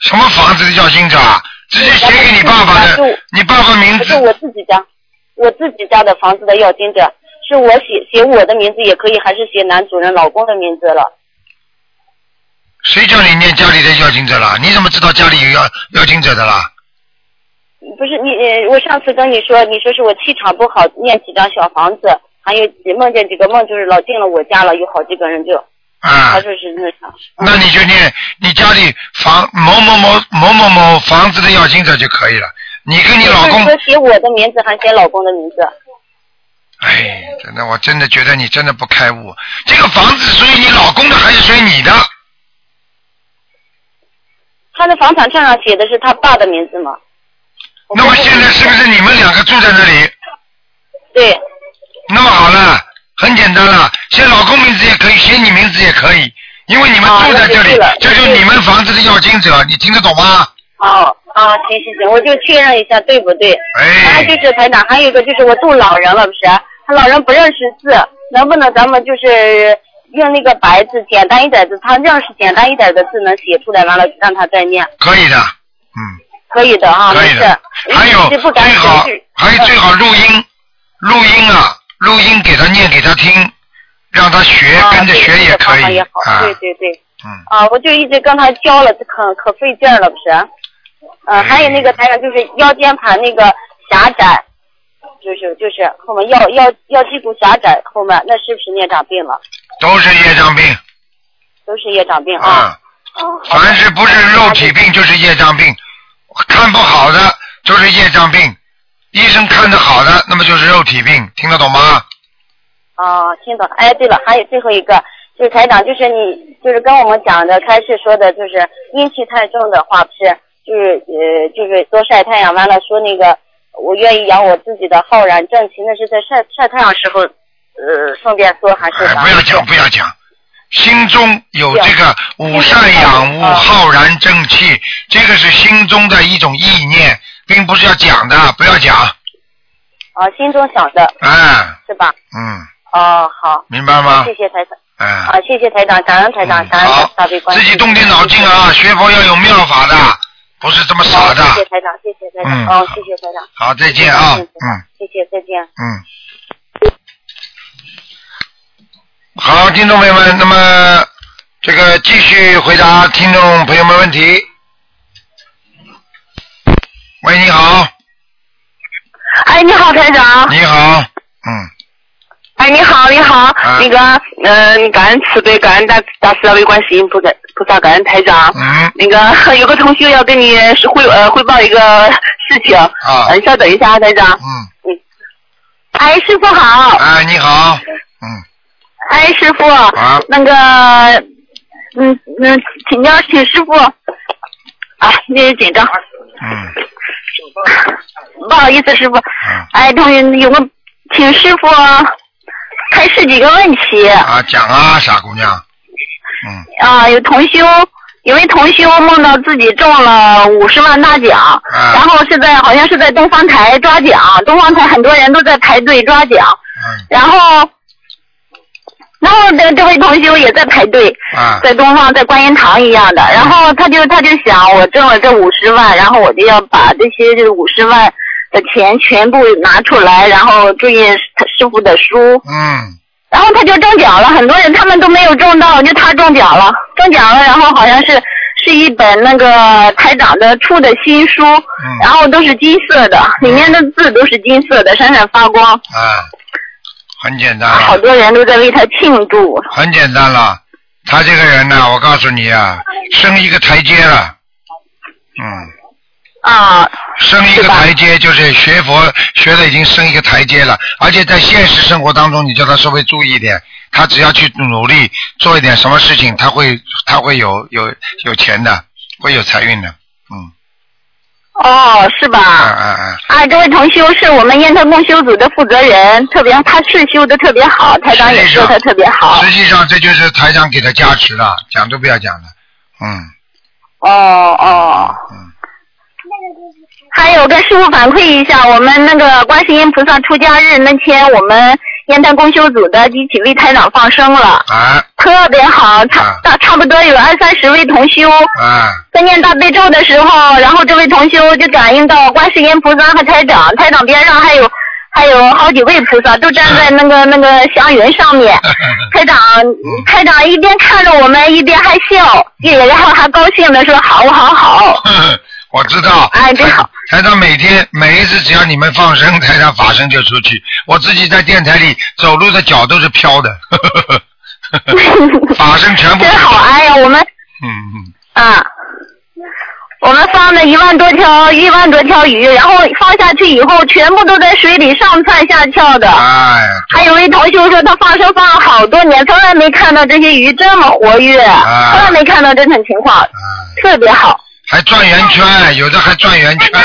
[SPEAKER 2] 什么房子的叫金子啊？直接写给你爸爸
[SPEAKER 4] 我
[SPEAKER 2] 的
[SPEAKER 4] 我，
[SPEAKER 2] 你爸爸名
[SPEAKER 4] 不
[SPEAKER 2] 字
[SPEAKER 4] 是我自己家，我自己家的房子的要经者，是我写写我的名字也可以，还是写男主人老公的名字了？
[SPEAKER 2] 谁叫你念家里的要经者了？你怎么知道家里有要要经者的啦？
[SPEAKER 4] 不是你，呃我上次跟你说，你说是我气场不好，念几张小房子，还
[SPEAKER 2] 啊
[SPEAKER 4] 有几梦见几个梦，就是老进了我家了，有好几个人就，
[SPEAKER 2] 啊
[SPEAKER 4] 他，说是那啥，
[SPEAKER 2] 那你就念你家里房某某某某某某房子的要经者就可以了。你跟你老
[SPEAKER 4] 就是
[SPEAKER 2] 公
[SPEAKER 4] 说，写我的名字还写老公的名字，
[SPEAKER 2] 哎，真的，我真的觉得你真的不开悟。这个房子属于你老公的还是属于你的？
[SPEAKER 4] 他的房产证上写的是他爸的名字嘛？我
[SPEAKER 2] 那么
[SPEAKER 4] 不是
[SPEAKER 2] 现在是不是你们两个住在那里？
[SPEAKER 4] 对，
[SPEAKER 2] 那么好了，很简单了，写老公名字也可以，写你名字也可以，因为你们住在
[SPEAKER 4] 啊那
[SPEAKER 2] 这里，这
[SPEAKER 4] 就对了
[SPEAKER 2] 就是你们房子的要经者，你听得懂吗？
[SPEAKER 4] 哦，啊，行行行，我就确认一下对不对？然后
[SPEAKER 2] 哎
[SPEAKER 4] 就，是台长，还有一个就是我度老人了，不是？他老人不认识字，能不能咱们就是用那个白字简单一点的，他认识简单一点的字能写出来，完了让他再念，
[SPEAKER 2] 可以的，嗯，
[SPEAKER 4] 可以的哈，
[SPEAKER 2] 可
[SPEAKER 4] 没
[SPEAKER 2] 以
[SPEAKER 4] 事
[SPEAKER 2] 的。。还有
[SPEAKER 4] 这不敢
[SPEAKER 2] 最好
[SPEAKER 4] 写字，
[SPEAKER 2] 嗯还有最好录音，录音啊，录音给他念给他听，让他学，
[SPEAKER 4] 啊，
[SPEAKER 2] 跟着
[SPEAKER 4] 对
[SPEAKER 2] 学
[SPEAKER 4] 这
[SPEAKER 2] 也
[SPEAKER 4] 个
[SPEAKER 2] 可
[SPEAKER 4] 方法
[SPEAKER 2] 以
[SPEAKER 4] 也好，
[SPEAKER 2] 啊。
[SPEAKER 4] 对对对。
[SPEAKER 2] 嗯，
[SPEAKER 4] 啊，我就一直跟他教了，可可费劲儿了，不是？
[SPEAKER 2] 哎
[SPEAKER 4] 嗯、还有那个台长就是腰间盘那个狭窄，就是就是后面腰腰腰椎骨狭窄后面，那是不是也长病了？
[SPEAKER 2] 都是业障病
[SPEAKER 4] 都是也长病啊。
[SPEAKER 2] 啊，
[SPEAKER 4] 哦好的
[SPEAKER 2] 凡是不是肉体病就是业障病，看不好的就是业障病，医生看得好的那么就是肉体病，听得懂吗？
[SPEAKER 4] 啊，听懂了。哎，对了，还有最后一个，就是台长，就是你就是跟我们讲的开始说的，就是阴气太重的话，不是就是呃就是多晒太阳，完了说那个我愿意养我自己的浩然正气，那是在晒晒太阳时候，呃，顺便说还是
[SPEAKER 2] 哎，
[SPEAKER 4] 啥？
[SPEAKER 2] 不要讲，不要讲。心中有嗯这个五善养物、
[SPEAKER 4] 啊
[SPEAKER 2] 浩然正气，这个是心中的一种意念，并不是要讲的，不要讲。
[SPEAKER 4] 啊，心中想的
[SPEAKER 2] 哎，
[SPEAKER 4] 是吧？
[SPEAKER 2] 嗯，
[SPEAKER 4] 哦，好，
[SPEAKER 2] 明白吗
[SPEAKER 4] 谢？谢台长，
[SPEAKER 2] 哎，
[SPEAKER 4] 啊，谢谢台长，感恩台长，
[SPEAKER 2] 嗯
[SPEAKER 4] 感恩
[SPEAKER 2] 好
[SPEAKER 4] 大悲，观世
[SPEAKER 2] 自
[SPEAKER 4] 音
[SPEAKER 2] 己动点脑筋啊，学佛要有妙法的，不是这么傻的
[SPEAKER 4] 哦。谢谢台长，谢谢台
[SPEAKER 2] 嗯
[SPEAKER 4] 长，哦，谢谢台长，
[SPEAKER 2] 好，再见啊，
[SPEAKER 4] 谢谢
[SPEAKER 2] 嗯。
[SPEAKER 4] 谢谢，再见。
[SPEAKER 2] 嗯，好，听众朋友们，那么这个继续回答听众朋友们问题。喂，你好，
[SPEAKER 5] 哎，你好，台长。
[SPEAKER 2] 你好，嗯，
[SPEAKER 5] 哎，你好，你好。
[SPEAKER 2] 啊
[SPEAKER 5] 那个，嗯、感恩慈悲，感恩大大慈大悲观世音菩萨菩萨，感恩台长。
[SPEAKER 2] 嗯，
[SPEAKER 5] 那个 有个同学要跟你是汇呃汇报一个事情，
[SPEAKER 2] 啊，
[SPEAKER 5] 嗯，稍等一下啊，台长。
[SPEAKER 2] 嗯，
[SPEAKER 5] 哎，师傅好。
[SPEAKER 2] 哎，你好，嗯，
[SPEAKER 5] 哎，师傅。
[SPEAKER 2] 啊
[SPEAKER 5] 那个，嗯嗯，请教，请师傅。啊，有点紧张，
[SPEAKER 2] 嗯，
[SPEAKER 5] 不好意思，师傅。
[SPEAKER 2] 嗯，
[SPEAKER 5] 哎，同学有个，请师傅开始几个问题。
[SPEAKER 2] 啊，讲啊，傻姑娘，嗯，
[SPEAKER 5] 啊，有同修，有位同修梦到自己中了五十万大奖，
[SPEAKER 2] 啊
[SPEAKER 5] 然后是在好像是在东方台抓奖，东方台很多人都在排队抓奖，
[SPEAKER 2] 嗯，
[SPEAKER 5] 然后，然后这这位同修也在排队，
[SPEAKER 2] 啊，嗯
[SPEAKER 5] 在东方在观音堂一样的，然后他就他就想，我挣了这五十万，然后我就要把这些就是五十万的钱全部拿出来，然后注意他师傅的书，
[SPEAKER 2] 嗯，
[SPEAKER 5] 然后他就中奖了，很多人他们都没有中到，就他中奖了，中奖了，然后好像是是一本那个台长的出的新书，然
[SPEAKER 2] 嗯，
[SPEAKER 5] 后都是金色的，里面的字都是金色的，闪闪发光，
[SPEAKER 2] 啊，很简单
[SPEAKER 5] 好
[SPEAKER 2] 了，
[SPEAKER 5] 多人都在为他庆祝。
[SPEAKER 2] 很简单了。他这个人呢、我告诉你啊，升一个台阶了，嗯。
[SPEAKER 5] 啊，
[SPEAKER 2] 升一个台阶，就是学佛学的已经升一个台阶了，而且在现实生活当中，你叫他稍微注意一点，他只要去努力做一点什么事情，他会他会有有有钱的，会有财运的，嗯，
[SPEAKER 5] 哦，是
[SPEAKER 2] 啊
[SPEAKER 5] 吧？
[SPEAKER 2] 啊啊，
[SPEAKER 5] 啊，这位同修是我们烟台共修组的负责人，特别他是修的特别好，台长也
[SPEAKER 2] 实际
[SPEAKER 5] 说
[SPEAKER 2] 上
[SPEAKER 5] 他特别好。
[SPEAKER 2] 实际上这就是台长给他加持了，讲都不要讲了，嗯
[SPEAKER 5] 哦哦。
[SPEAKER 2] 嗯，
[SPEAKER 5] 还有跟师傅反馈一下，我们那个观世音菩萨出家日那天，我们烟台公修组的几位台长放生了，
[SPEAKER 2] 啊
[SPEAKER 5] 特别好，
[SPEAKER 2] 啊
[SPEAKER 5] 差大差不多有二三十位同修。
[SPEAKER 2] 啊
[SPEAKER 5] 在念大悲咒的时候，然后这位同修就感应到观世音菩萨和台长，台长边上还有还有好几位菩萨都站在那 个那个祥云上面。台长，台长一边看着我们，一边还笑，也然后还高兴的说好好好。
[SPEAKER 2] 我知道，
[SPEAKER 5] 哦哎真好
[SPEAKER 2] 台台长每天每一次只要你们放生，台长法身就出去。我自己在电台里走路的脚都是 飘的， 法身全部
[SPEAKER 5] 真好，哎呀，我们
[SPEAKER 2] 嗯嗯
[SPEAKER 5] 啊，我们放了一万多条一万多条鱼，然后放下去以后，全部都在水里上蹿下跳的。
[SPEAKER 2] 哎呀
[SPEAKER 5] 还有位同修说，他放生放了好多年，从来没看到这些鱼这么活跃，
[SPEAKER 2] 啊
[SPEAKER 5] 从来没看到这种情况，
[SPEAKER 2] 哎，
[SPEAKER 5] 特别好。
[SPEAKER 2] 还转圆圈，有的还转圆圈呢。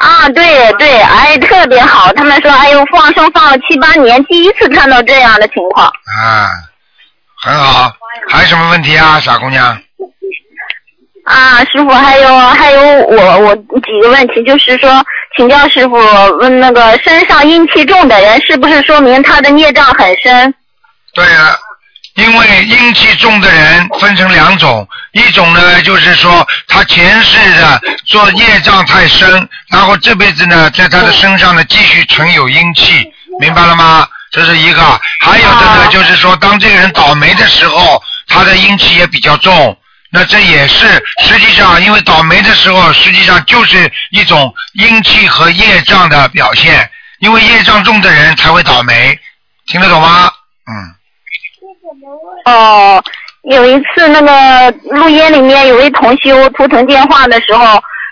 [SPEAKER 5] 啊，对对，哎，特别好。他们说，哎呦，放生放了七八年，第一次看到这样的情况。
[SPEAKER 2] 啊，很好。还有什么问题啊，傻姑娘？
[SPEAKER 5] 啊，师傅，还有还有我我几个问题，就是说，请教师傅，问那个身上阴气重的人，是不是说明他的孽障很深？
[SPEAKER 2] 对了，因为阴气重的人分成两种，一种呢就是说他前世的做业障太深，然后这辈子呢在他的身上呢继续存有阴气，明白了吗？这是一个。还有的呢，就是说，当这个人倒霉的时候，他的阴气也比较重。那这也是实际上，因为倒霉的时候，实际上就是一种阴气和业障的表现。因为业障重的人才会倒霉，听得懂吗？嗯，
[SPEAKER 5] 哦，有一次那个录音里面有位同修图腾电话的时候，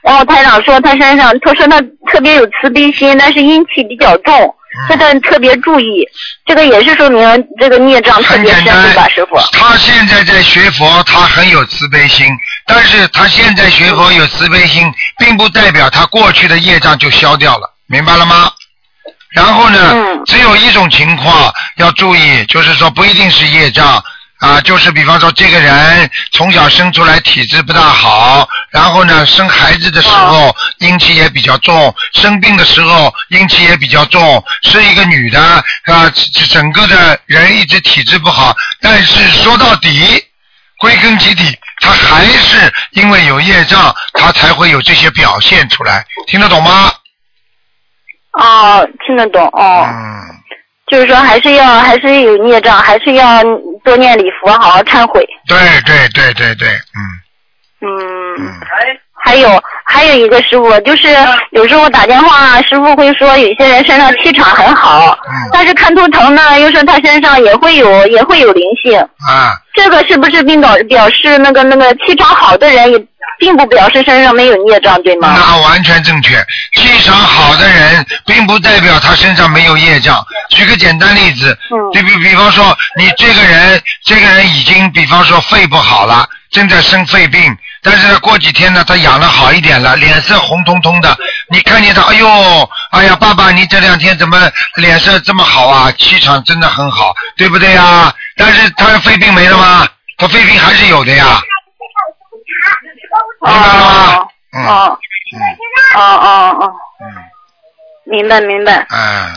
[SPEAKER 5] 然后台长说他身上，他说他特别有慈悲心，但是阴气比较重，这
[SPEAKER 2] 嗯
[SPEAKER 5] 个特别注意，这个也是说明这个孽障特
[SPEAKER 2] 很
[SPEAKER 5] 别
[SPEAKER 2] 简
[SPEAKER 5] 深，
[SPEAKER 2] 单
[SPEAKER 5] 对吧，师傅？。
[SPEAKER 2] 他现在在学佛，他很有慈悲心，但是他现在学佛有慈悲心，并不代表他过去的业障就消掉了，明白了吗？然后呢，
[SPEAKER 5] 嗯
[SPEAKER 2] 只有一种情况要注意，就是说不一定是业障啊，就是比方说这个人从小生出来体质不大好，然后呢生孩子的时候阴气也比较重，生病的时候阴气也比较重，是一个女的啊，整个的人一直体质不好，但是说到底，归根结底，她还是因为有业障，她才会有这些表现出来，听得懂吗？
[SPEAKER 5] 哦，听得懂哦，
[SPEAKER 2] 嗯。
[SPEAKER 5] 就是说还是要还是有孽障，还是要多念礼佛，好好忏悔。
[SPEAKER 2] 对对对对对，嗯
[SPEAKER 5] 嗯，
[SPEAKER 2] 嗯，
[SPEAKER 5] 还有还有一个师傅，就是有时候打电话，师傅会说有些人身上气场很好，
[SPEAKER 2] 嗯
[SPEAKER 5] 但是看图腾呢，又说他身上也会有也会有灵性，
[SPEAKER 2] 啊，
[SPEAKER 5] 这个是不是并表表示那个那个气场好的人也并不表示身上没有孽障，对吗？
[SPEAKER 2] 那完全正确。气场好的人，并不代表他身上没有业障。举个简单例子，
[SPEAKER 5] 嗯
[SPEAKER 2] 就比比方说，你这个人，这个人已经比方说肺不好了，正在生肺病，但是呢过几天呢，他养的好一点了，脸色红彤彤的，你看见他，哎呦，哎呀，爸爸，你这两天怎么脸色这么好啊？气场真的很好，对不对呀？但是他的肺病没了吗？他肺病还是有的呀，明白了吗？
[SPEAKER 5] 哦
[SPEAKER 2] 嗯
[SPEAKER 5] 哦哦
[SPEAKER 2] 嗯
[SPEAKER 5] 哦哦，
[SPEAKER 2] 嗯
[SPEAKER 5] 明白明白。
[SPEAKER 2] 哎，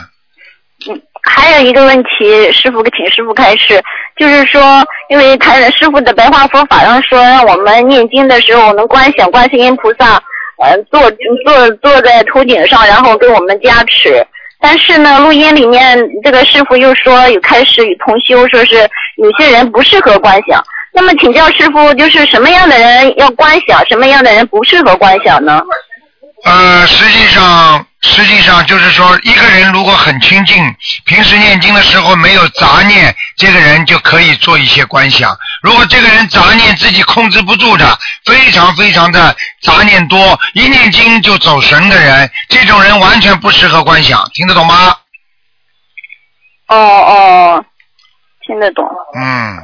[SPEAKER 5] 嗯还有一个问题，师傅请师傅开始，就是说，因为台长师傅的白话佛法上说，让我们念经的时候能观想观世音菩萨，呃，坐坐坐在头顶上，然后给我们加持。但是呢，录音里面这个师傅又说有开始与同修，说是有些人不适合观想。那么请教师傅，就是什么样的人要观想，什么样的人不适合观想呢？
[SPEAKER 2] 呃，实际上，实际上就是说，一个人如果很清净，平时念经的时候没有杂念，这个人就可以做一些观想。如果这个人杂念自己控制不住的，非常非常的杂念多，一念经就走神的人，这种人完全不适合观想，听得懂吗？
[SPEAKER 5] 哦哦，听得懂。
[SPEAKER 2] 嗯，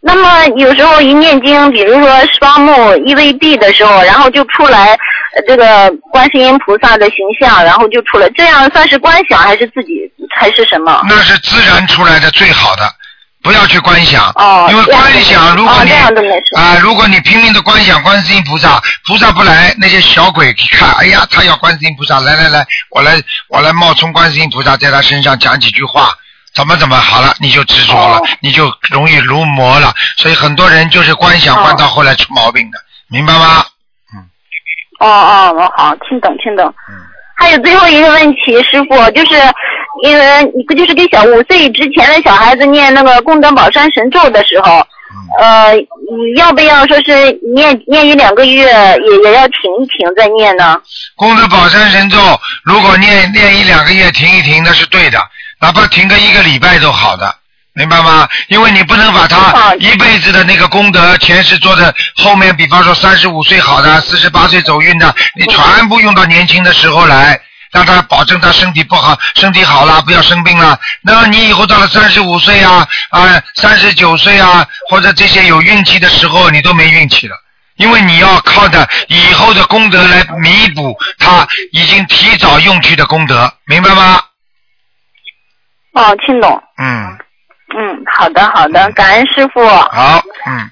[SPEAKER 5] 那么有时候一念经，比如说双目一未闭的时候，然后就出来呃这个观世音菩萨的形象，然后就出来，这样算是观想还是自己还是什么？
[SPEAKER 2] 那是自然出来的最好的，不要去观想，
[SPEAKER 5] 哦，
[SPEAKER 2] 因为
[SPEAKER 5] 这样
[SPEAKER 2] 观想，如果
[SPEAKER 5] 哦
[SPEAKER 2] 你
[SPEAKER 5] 这样都没事。
[SPEAKER 2] 啊、如果你拼命的观想观世音菩萨，菩萨不来，那些小鬼看，哎呀，他要观世音菩萨，来来来，我来我来冒充观世音菩萨，在他身上讲几句话，怎么怎么好了，你就执着了，
[SPEAKER 5] 哦
[SPEAKER 2] 你就容易如魔了。所以很多人就是观想
[SPEAKER 5] 哦
[SPEAKER 2] 观到后来出毛病的，明白吗？
[SPEAKER 5] 哦哦，我好，听懂听懂。
[SPEAKER 2] 嗯
[SPEAKER 5] 还有最后一个问题，师傅，就是因为你不就是给小五岁之前的小孩子念那个功德宝山神咒的时候，
[SPEAKER 2] 嗯
[SPEAKER 5] 呃，你要不要说是念念一两个月也也要停一停再念呢？
[SPEAKER 2] 功德宝山神咒，如果念念一两个月停一停，那是对的，哪怕停个一个礼拜都好的，明白吗？因为你不能把他
[SPEAKER 5] 好
[SPEAKER 2] 一辈子的那个功德，前世做的，后面比方说三十五岁好的，四十八岁走运的，你全部用到年轻的时候来。让他保证他身体不好，身体好了不要生病了。那你以后到了三十五岁啊，啊三十九岁啊，或者这些有运气的时候，你都没运气了。因为你要靠着以后的功德来弥补他已经提早用去的功德，明白吗？
[SPEAKER 5] 哦，听懂。
[SPEAKER 2] 嗯，
[SPEAKER 5] 嗯，好的好的，感恩师傅。
[SPEAKER 2] 好，嗯，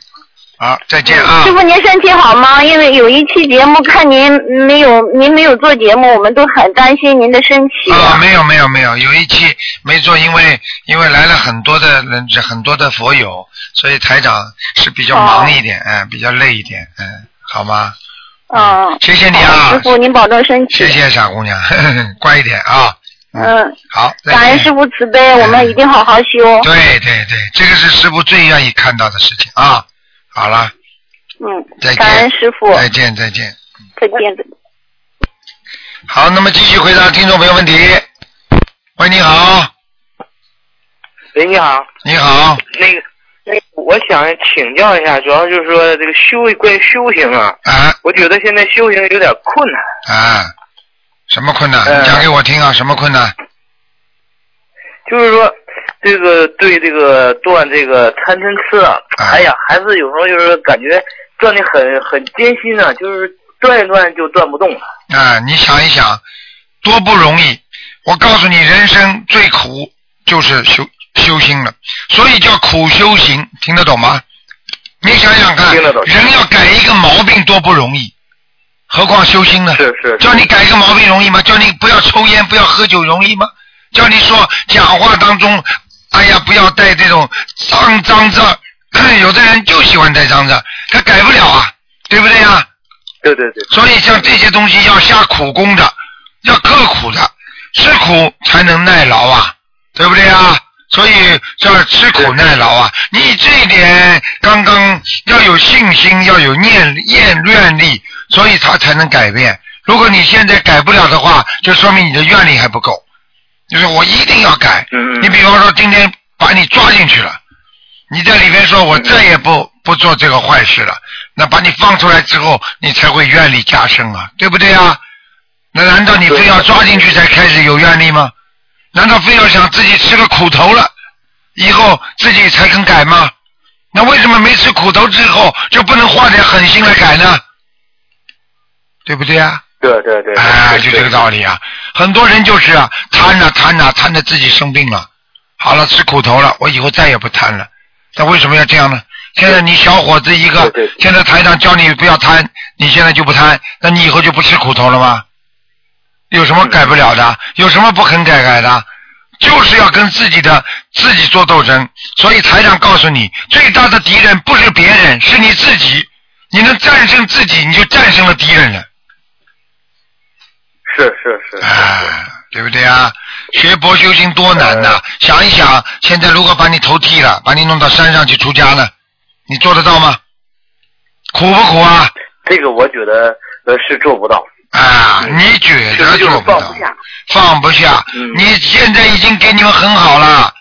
[SPEAKER 2] 好，再见啊
[SPEAKER 5] 师。傅您身体好吗？因为有一期节目看您没有，您没有做节目，我们都很担心您的身体。
[SPEAKER 2] 啊、没有没有没有，有一期没做，因为因为来了很多的人，很多的佛友，所以台长是比较忙一点，嗯，比较累一点，嗯，好吗？
[SPEAKER 5] 嗯，
[SPEAKER 2] 谢谢你
[SPEAKER 5] 好
[SPEAKER 2] 啊
[SPEAKER 5] 师，傅您保重身体。
[SPEAKER 2] 谢谢傻姑娘，呵呵乖一点啊，
[SPEAKER 5] 嗯，
[SPEAKER 2] 好，再见
[SPEAKER 5] 感恩师傅慈悲，我们一定好好修。
[SPEAKER 2] 哎嗯对对对，这个是师傅最愿意看到的事情啊。好了，再
[SPEAKER 5] 嗯，
[SPEAKER 2] 见
[SPEAKER 5] 感恩师傅，
[SPEAKER 2] 再见再见。
[SPEAKER 5] 再见。
[SPEAKER 2] 好，那么继续回答听众朋友问题。喂，你好，
[SPEAKER 6] 喂，你好，
[SPEAKER 2] 你好，
[SPEAKER 6] 那个，那个我想请教一下，主要就是说这个修关于修行啊，
[SPEAKER 2] 啊
[SPEAKER 6] 我觉得现在修行有点困难。
[SPEAKER 2] 啊，什么困难？
[SPEAKER 6] 呃
[SPEAKER 2] 你讲给我听啊，什么困难？
[SPEAKER 6] 就是说，这个对这个断这个贪嗔痴啊，
[SPEAKER 2] 啊
[SPEAKER 6] 哎呀，还是有时候就是感觉断的很很艰辛啊，就是断一断就断不动了。
[SPEAKER 2] 啊，你想一想，多不容易！我告诉你，人生最苦就是修修心了，所以叫苦修行，听得懂吗？你想想看，
[SPEAKER 6] 听得懂
[SPEAKER 2] 人要改一个毛病多不容易，何况修心呢？
[SPEAKER 6] 是是，
[SPEAKER 2] 叫你改一个毛病容易吗？叫你不要抽烟、不要喝酒容易吗？叫你说讲话当中，哎呀，不要带这种脏脏字 儿，有的人就喜欢带脏字儿，他改不了啊，对不对啊？
[SPEAKER 6] 对对对，
[SPEAKER 2] 所以像这些东西要下苦功的，要刻苦的，吃苦才能耐劳啊，对不对啊？所以要吃苦耐劳啊！你这一点刚刚要有信心，要有念念愿力，所以它才能改变。如果你现在改不了的话，就说明你的愿力还不够。就是我一定要改。
[SPEAKER 6] 嗯嗯
[SPEAKER 2] 你比方说今天把你抓进去了，你在里面说
[SPEAKER 6] 嗯
[SPEAKER 2] 我再也不不做这个坏事了，那把你放出来之后，你才会愿力加深啊，对不对啊？那难道你非要抓进去才开始有愿力吗？难道非要想自己吃了苦头了，以后自己才肯改吗？那为什么没吃苦头之后就不能花点狠心来改呢？对不对啊？
[SPEAKER 6] 对对对，
[SPEAKER 2] 哎，就这个道
[SPEAKER 6] 理。
[SPEAKER 2] 理啊！很多人就是啊，贪呐、贪呐、贪的自己生病了，好了吃苦头了，我以后再也不贪了。那为什么要这样呢？现在你小伙子一个
[SPEAKER 6] 对对，
[SPEAKER 2] 现在台长教你不要贪，你现在就不贪，那你以后就不吃苦头了吗？有什么改不了的？有什么不肯改改的？就是要跟自己的自己做斗争。所以台长告诉你，最大的敌人不是别人，是你自己。你能战胜自己，你就战胜了敌人了。
[SPEAKER 6] 是是是，
[SPEAKER 2] 啊，对不对啊？学佛修行多难呐、想一想，现在如果把你头剃了，把你弄到山上去出家呢，你做得到吗？苦不苦啊？
[SPEAKER 6] 这个我觉得呃是做不到，嗯
[SPEAKER 2] 啊，你觉
[SPEAKER 6] 确
[SPEAKER 2] 得
[SPEAKER 6] 实就是
[SPEAKER 2] 做
[SPEAKER 6] 放
[SPEAKER 2] 到
[SPEAKER 6] 不？下。
[SPEAKER 2] 放不下
[SPEAKER 6] 嗯。
[SPEAKER 2] 你现在已经给你们很好了。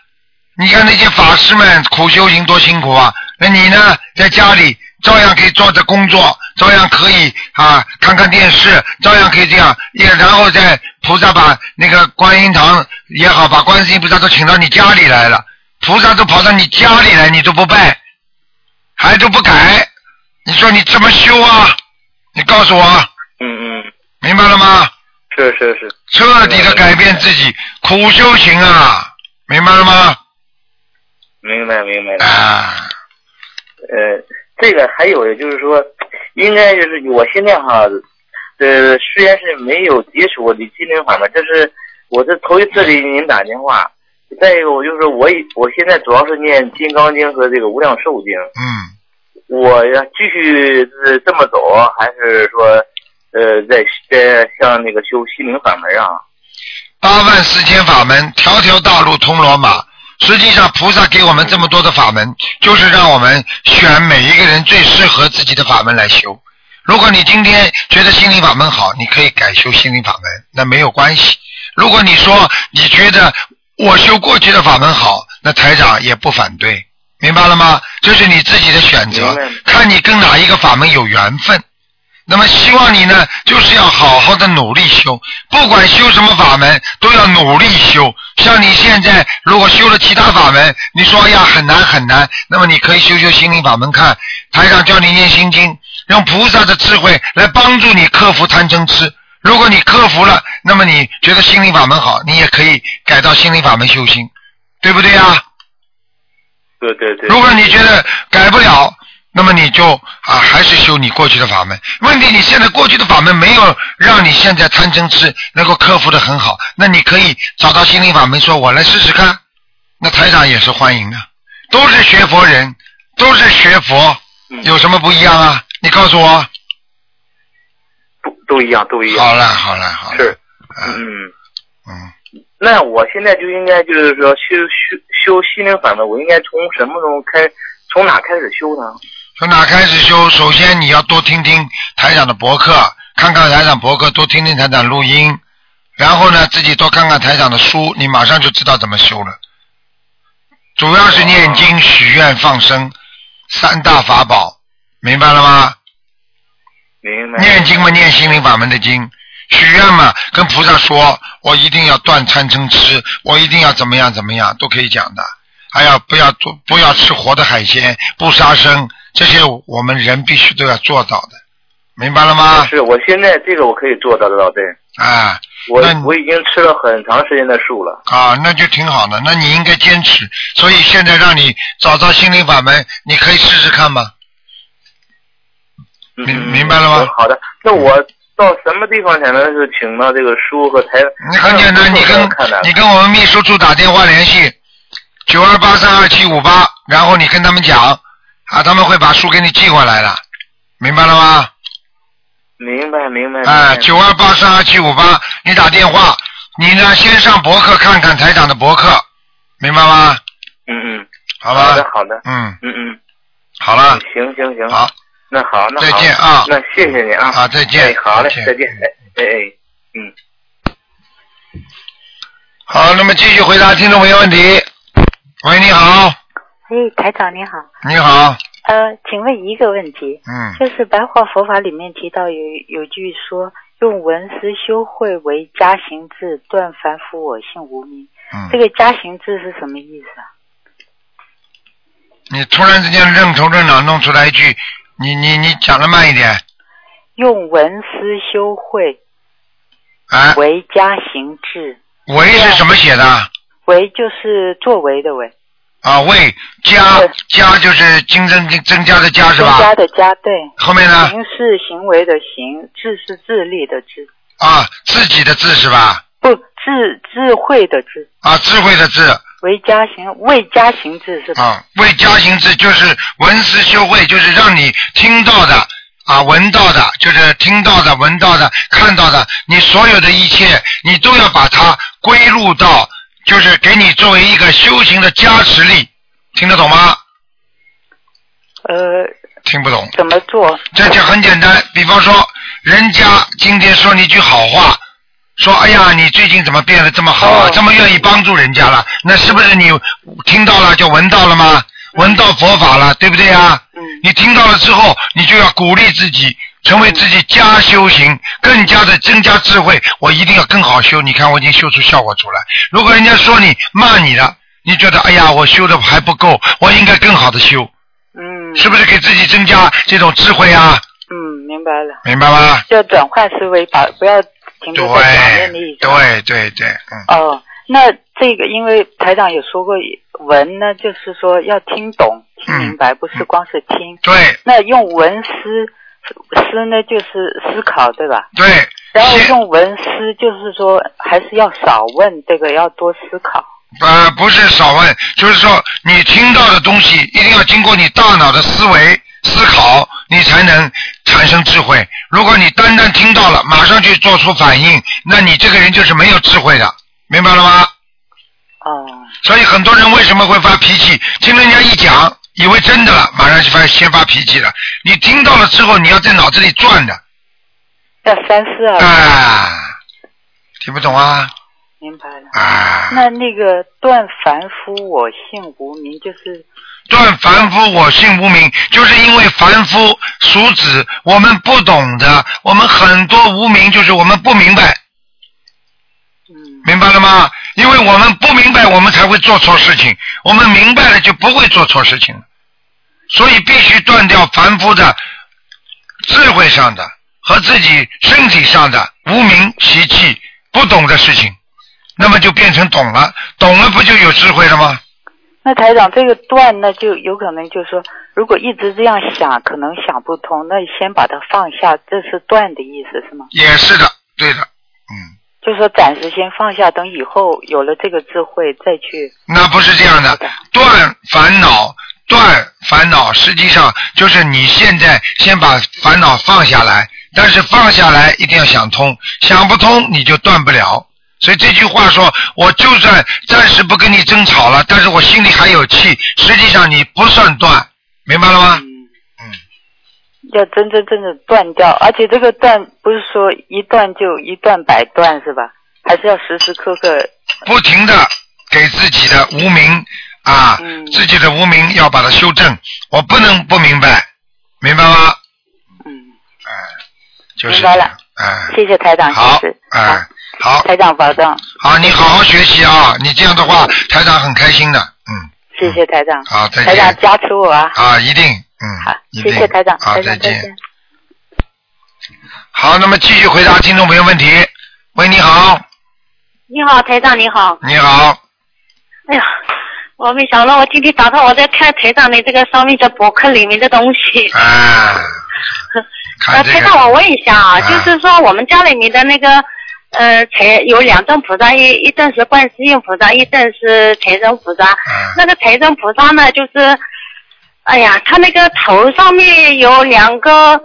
[SPEAKER 2] 你看那些法师们苦修行多辛苦啊！那你呢，在家里照样可以做着工作，照样可以啊看看电视，照样可以这样，也然后再菩萨把那个观音堂也好，把观世音菩萨都请到你家里来了，菩萨都跑到你家里来，你都不拜，还都不改，你说你怎么修啊？你告诉我，
[SPEAKER 6] 嗯嗯，
[SPEAKER 2] 明白了吗？
[SPEAKER 6] 是是是，
[SPEAKER 2] 彻底的改变自己，苦修行啊，明白了吗？
[SPEAKER 6] 明白明白。
[SPEAKER 2] 啊，
[SPEAKER 6] 呃，这个还有就是说，应该就是我现在哈，呃，虽然是没有接触过李金灵法门，这是我是头一次给您打电话。再一个，我就是我以我现在主要是念《金刚经》和这个《无量寿经》，
[SPEAKER 2] 嗯，
[SPEAKER 6] 我要继续呃这么走，还是说，呃，在在像那个修心灵法门啊？
[SPEAKER 2] 八万四千法门，条条大路通罗马。实际上，菩萨给我们这么多的法门，就是让我们选每一个人最适合自己的法门来修。如果你今天觉得心灵法门好，你可以改修心灵法门，那没有关系。如果你说你觉得我修过去的法门好，那台长也不反对，明白了吗？这是你自己的选
[SPEAKER 6] 明
[SPEAKER 2] 择
[SPEAKER 6] 白，
[SPEAKER 2] 看你跟哪一个法门有缘分。那么希望你呢，就是要好好的努力修，不管修什么法门，都要努力修。像你现在如果修了其他法门，你说哎呀很难很难，那么你可以修修心灵法门看，台长教你念心经，用菩萨的智慧来帮助你克服贪嗔痴。如果你克服了，那么你觉得心灵法门好，你也可以改到心灵法门修心，对不对呀、
[SPEAKER 6] 对对对。
[SPEAKER 2] 如果你觉得改不了，那么你就啊还是修你过去的法门。问题你现在过去的法门没有让你现在贪嗔痴能够克服的很好，那你可以找到心灵法门，说我来试试看。那台长也是欢迎的，都是学佛人，都是学佛，
[SPEAKER 6] 嗯
[SPEAKER 2] 有什么不一样啊？你告诉我。
[SPEAKER 6] 都都一样，都一样。
[SPEAKER 2] 好了好了好了，
[SPEAKER 6] 是，
[SPEAKER 2] 嗯
[SPEAKER 6] 嗯，
[SPEAKER 2] 嗯，
[SPEAKER 6] 那我现在就应该就是说修修修心灵法门，我应该从什么时候开，从哪开始修呢？
[SPEAKER 2] 从哪开始修？首先你要多听听台长的博客，看看台长博客，多听听台长录音，然后呢，自己多看看台长的书，你马上就知道怎么修了。主要是念经、许愿、放生三大法宝，明白了吗？
[SPEAKER 6] 明白。
[SPEAKER 2] 念经嘛，念心灵法门的经；许愿嘛，跟菩萨说，我一定要断贪嗔痴，我一定要怎么样怎么样，都可以讲的。还要不要做？不要吃活的海鲜，不杀生，这些我们人必须都要做到的，明白了吗？
[SPEAKER 6] 是我现在这个我可以做到的，老邓。
[SPEAKER 2] 啊，
[SPEAKER 6] 我
[SPEAKER 2] 那你
[SPEAKER 6] 我已经吃了很长时间的素了。
[SPEAKER 2] 啊，那就挺好的。那你应该坚持。所以现在让你找到心灵法门，你可以试试看吗？
[SPEAKER 6] 嗯
[SPEAKER 2] 明明白了吗
[SPEAKER 6] 嗯好的，那我到什么地方才能是请到这个书和台？
[SPEAKER 2] 你很简单，你跟
[SPEAKER 6] 看的。
[SPEAKER 2] 你跟我们秘书处打电话联系，九二八三二七五八，然后你跟他们讲，啊，他们会把书给你寄过来的，明白了吗？
[SPEAKER 6] 明白明白。明
[SPEAKER 2] 哎、
[SPEAKER 6] 白
[SPEAKER 2] 九二八三二七五八，你打电话，你呢先上博客看看台长的博客，明白吗？
[SPEAKER 6] 嗯嗯，好
[SPEAKER 2] 好吧
[SPEAKER 6] 的，好的，
[SPEAKER 2] 嗯，
[SPEAKER 6] 嗯嗯，
[SPEAKER 2] 好了，
[SPEAKER 6] 行行行，
[SPEAKER 2] 好，
[SPEAKER 6] 那好，那好
[SPEAKER 2] 再见啊
[SPEAKER 6] 那谢谢你啊，
[SPEAKER 2] 啊，再
[SPEAKER 6] 哎
[SPEAKER 2] 见，，
[SPEAKER 6] 好嘞
[SPEAKER 2] 再，见
[SPEAKER 6] 再见，哎哎哎。
[SPEAKER 2] 好，那么继续回答听众朋友问题。喂，你好，
[SPEAKER 7] 哎，台长你好，
[SPEAKER 2] 你好，
[SPEAKER 7] 呃，请问一个问题，
[SPEAKER 2] 嗯，
[SPEAKER 7] 就是白话佛法里面提到有有句说，用文思修慧为家行志，断凡夫我性无名。这
[SPEAKER 2] 嗯，
[SPEAKER 7] 个家行志是什么意思啊？
[SPEAKER 2] 你突然之间愣头愣脑弄出来一句，你你你讲的慢一点，
[SPEAKER 7] 用文思修慧
[SPEAKER 2] 哎，
[SPEAKER 7] 为家行志，
[SPEAKER 2] 为是什么写的？
[SPEAKER 7] 为就是作为的为，
[SPEAKER 2] 啊，为加
[SPEAKER 7] 对
[SPEAKER 2] 加就是新增增加的加是
[SPEAKER 7] 增
[SPEAKER 2] 吧
[SPEAKER 7] 加？的加，对，
[SPEAKER 2] 后面呢？
[SPEAKER 7] 行是行为的行，智是智力的智，
[SPEAKER 2] 啊，自己的自是吧？
[SPEAKER 7] 不智智慧的智，
[SPEAKER 2] 啊，智慧的智
[SPEAKER 7] 为家行为家行志是吧？
[SPEAKER 2] 啊，为家行志就是文思修慧，就是让你听到的啊，闻到的，就是听到的、闻到的、看到的，你所有的一切，你都要把它归入到，就是给你作为一个修行的加持力，听得懂吗？
[SPEAKER 7] 呃，
[SPEAKER 2] 听不懂。
[SPEAKER 7] 怎么做？
[SPEAKER 2] 这就很简单，比方说，人家今天说你一句好话，说哎呀，你最近怎么变得这么好啊，
[SPEAKER 7] 哦
[SPEAKER 2] 这么愿意帮助人家了，那是不是你听到了就闻到了吗？闻到佛法了，对不对啊？
[SPEAKER 7] 嗯
[SPEAKER 2] 你听到了之后，你就要鼓励自己，成为自己加修行，更加的增加智慧。我一定要更好修，你看我已经修出效果出来。如果人家说你骂你了，你觉得哎呀，我修的还不够，我应该更好的修，
[SPEAKER 7] 嗯，
[SPEAKER 2] 是不是给自己增加这种智慧啊？
[SPEAKER 7] 嗯，明白了，
[SPEAKER 2] 明白吗？
[SPEAKER 7] 要转换思维，把不要停
[SPEAKER 2] 对
[SPEAKER 7] 留在表面的意思。。
[SPEAKER 2] 对对对，嗯，
[SPEAKER 7] 哦，那这个因为台长也说过，闻呢就是说要听懂、听明白，不是光是听。
[SPEAKER 2] 对
[SPEAKER 7] 那用文思思呢，就是思考，对吧？
[SPEAKER 2] 对，
[SPEAKER 7] 然后
[SPEAKER 2] 先
[SPEAKER 7] 用文思，就是说还是要少问，这个要多思考。
[SPEAKER 2] 呃不是少问，就是说你听到的东西一定要经过你大脑的思维思考，你才能产生智慧。如果你单单听到了，马上去做出反应，那你这个人就是没有智慧的，明白了吗？
[SPEAKER 7] 哦，
[SPEAKER 2] 所以很多人为什么会发脾气？听人家一讲，以为真的了，马上就发先发脾气了。你听到了之后，你要在脑子里转的，
[SPEAKER 7] 要三思而后
[SPEAKER 2] 啊，听不懂啊
[SPEAKER 7] 明白了。
[SPEAKER 2] 啊！
[SPEAKER 7] 那那个断凡夫我性无名，就是
[SPEAKER 2] 断凡夫我性无名，就是因为凡夫俗子，我们不懂的，我们很多无名就是我们不明白，
[SPEAKER 7] 嗯
[SPEAKER 2] 明白了吗？因为我们不明白，我们才会做错事情；我们明白了，就不会做错事情了。所以必须断掉凡夫的智慧上的和自己身体上的无名习气、不懂的事情，那么就变成懂了，懂了不就有智慧了吗？
[SPEAKER 7] 那台长，这个断呢，就有可能就是说，如果一直这样想，可能想不通，那先把它放下，这是断的意思是吗？
[SPEAKER 2] 也是的，对的，嗯。
[SPEAKER 7] 就是说暂时先放下，等以后有了这个智慧再去。
[SPEAKER 2] 那不是这样的，断烦恼，断烦恼，实际上就是你现在先把烦恼放下来，但是放下来一定要想通，想不通你就断不了，所以这句话说，我就算暂时不跟你争吵了，但是我心里还有气，实际上你不算断，明白了吗？
[SPEAKER 7] 要真真正正断掉，而且这个断不是说一断就一断百断是吧？还是要时时刻刻
[SPEAKER 2] 不停的给自己的无名啊，
[SPEAKER 7] 嗯
[SPEAKER 2] 自己的无名要把它修正，我不能不明白，明白吗？嗯，哎，就是
[SPEAKER 7] 明白了，
[SPEAKER 2] 哎，
[SPEAKER 7] 谢谢台长
[SPEAKER 2] 好
[SPEAKER 7] 指示，
[SPEAKER 2] 哎，好，
[SPEAKER 7] 台长保重，
[SPEAKER 2] 好，你好好学习啊，你这样的
[SPEAKER 7] 嗯
[SPEAKER 2] 话，台长很开心的，嗯，
[SPEAKER 7] 谢谢台长，
[SPEAKER 2] 好，再
[SPEAKER 7] 台长
[SPEAKER 2] 见，
[SPEAKER 7] 加持我啊，
[SPEAKER 2] 啊，一定，嗯，好，一
[SPEAKER 7] 谢
[SPEAKER 2] 定，
[SPEAKER 7] 谢台长，
[SPEAKER 2] 好，
[SPEAKER 7] 台
[SPEAKER 2] 再
[SPEAKER 7] 长再见
[SPEAKER 2] 见。。好，那么继续回答听众朋友问题。喂，你好，
[SPEAKER 8] 你好，台长，你好。
[SPEAKER 2] 你好，
[SPEAKER 8] 哎呀，我没想到我今天早上我在看台长的这个上面的博客里面的东西。
[SPEAKER 2] 哎，
[SPEAKER 8] 呃，
[SPEAKER 2] 看这
[SPEAKER 8] 台
[SPEAKER 2] 个，
[SPEAKER 8] 长，我问一下啊，
[SPEAKER 2] 啊
[SPEAKER 8] 就是说我们家里面的那个呃财有两尊菩萨，一一尊是观世音菩萨，一尊是财神菩萨。那个财神菩萨呢，就是，哎呀，他那个头上面有两个。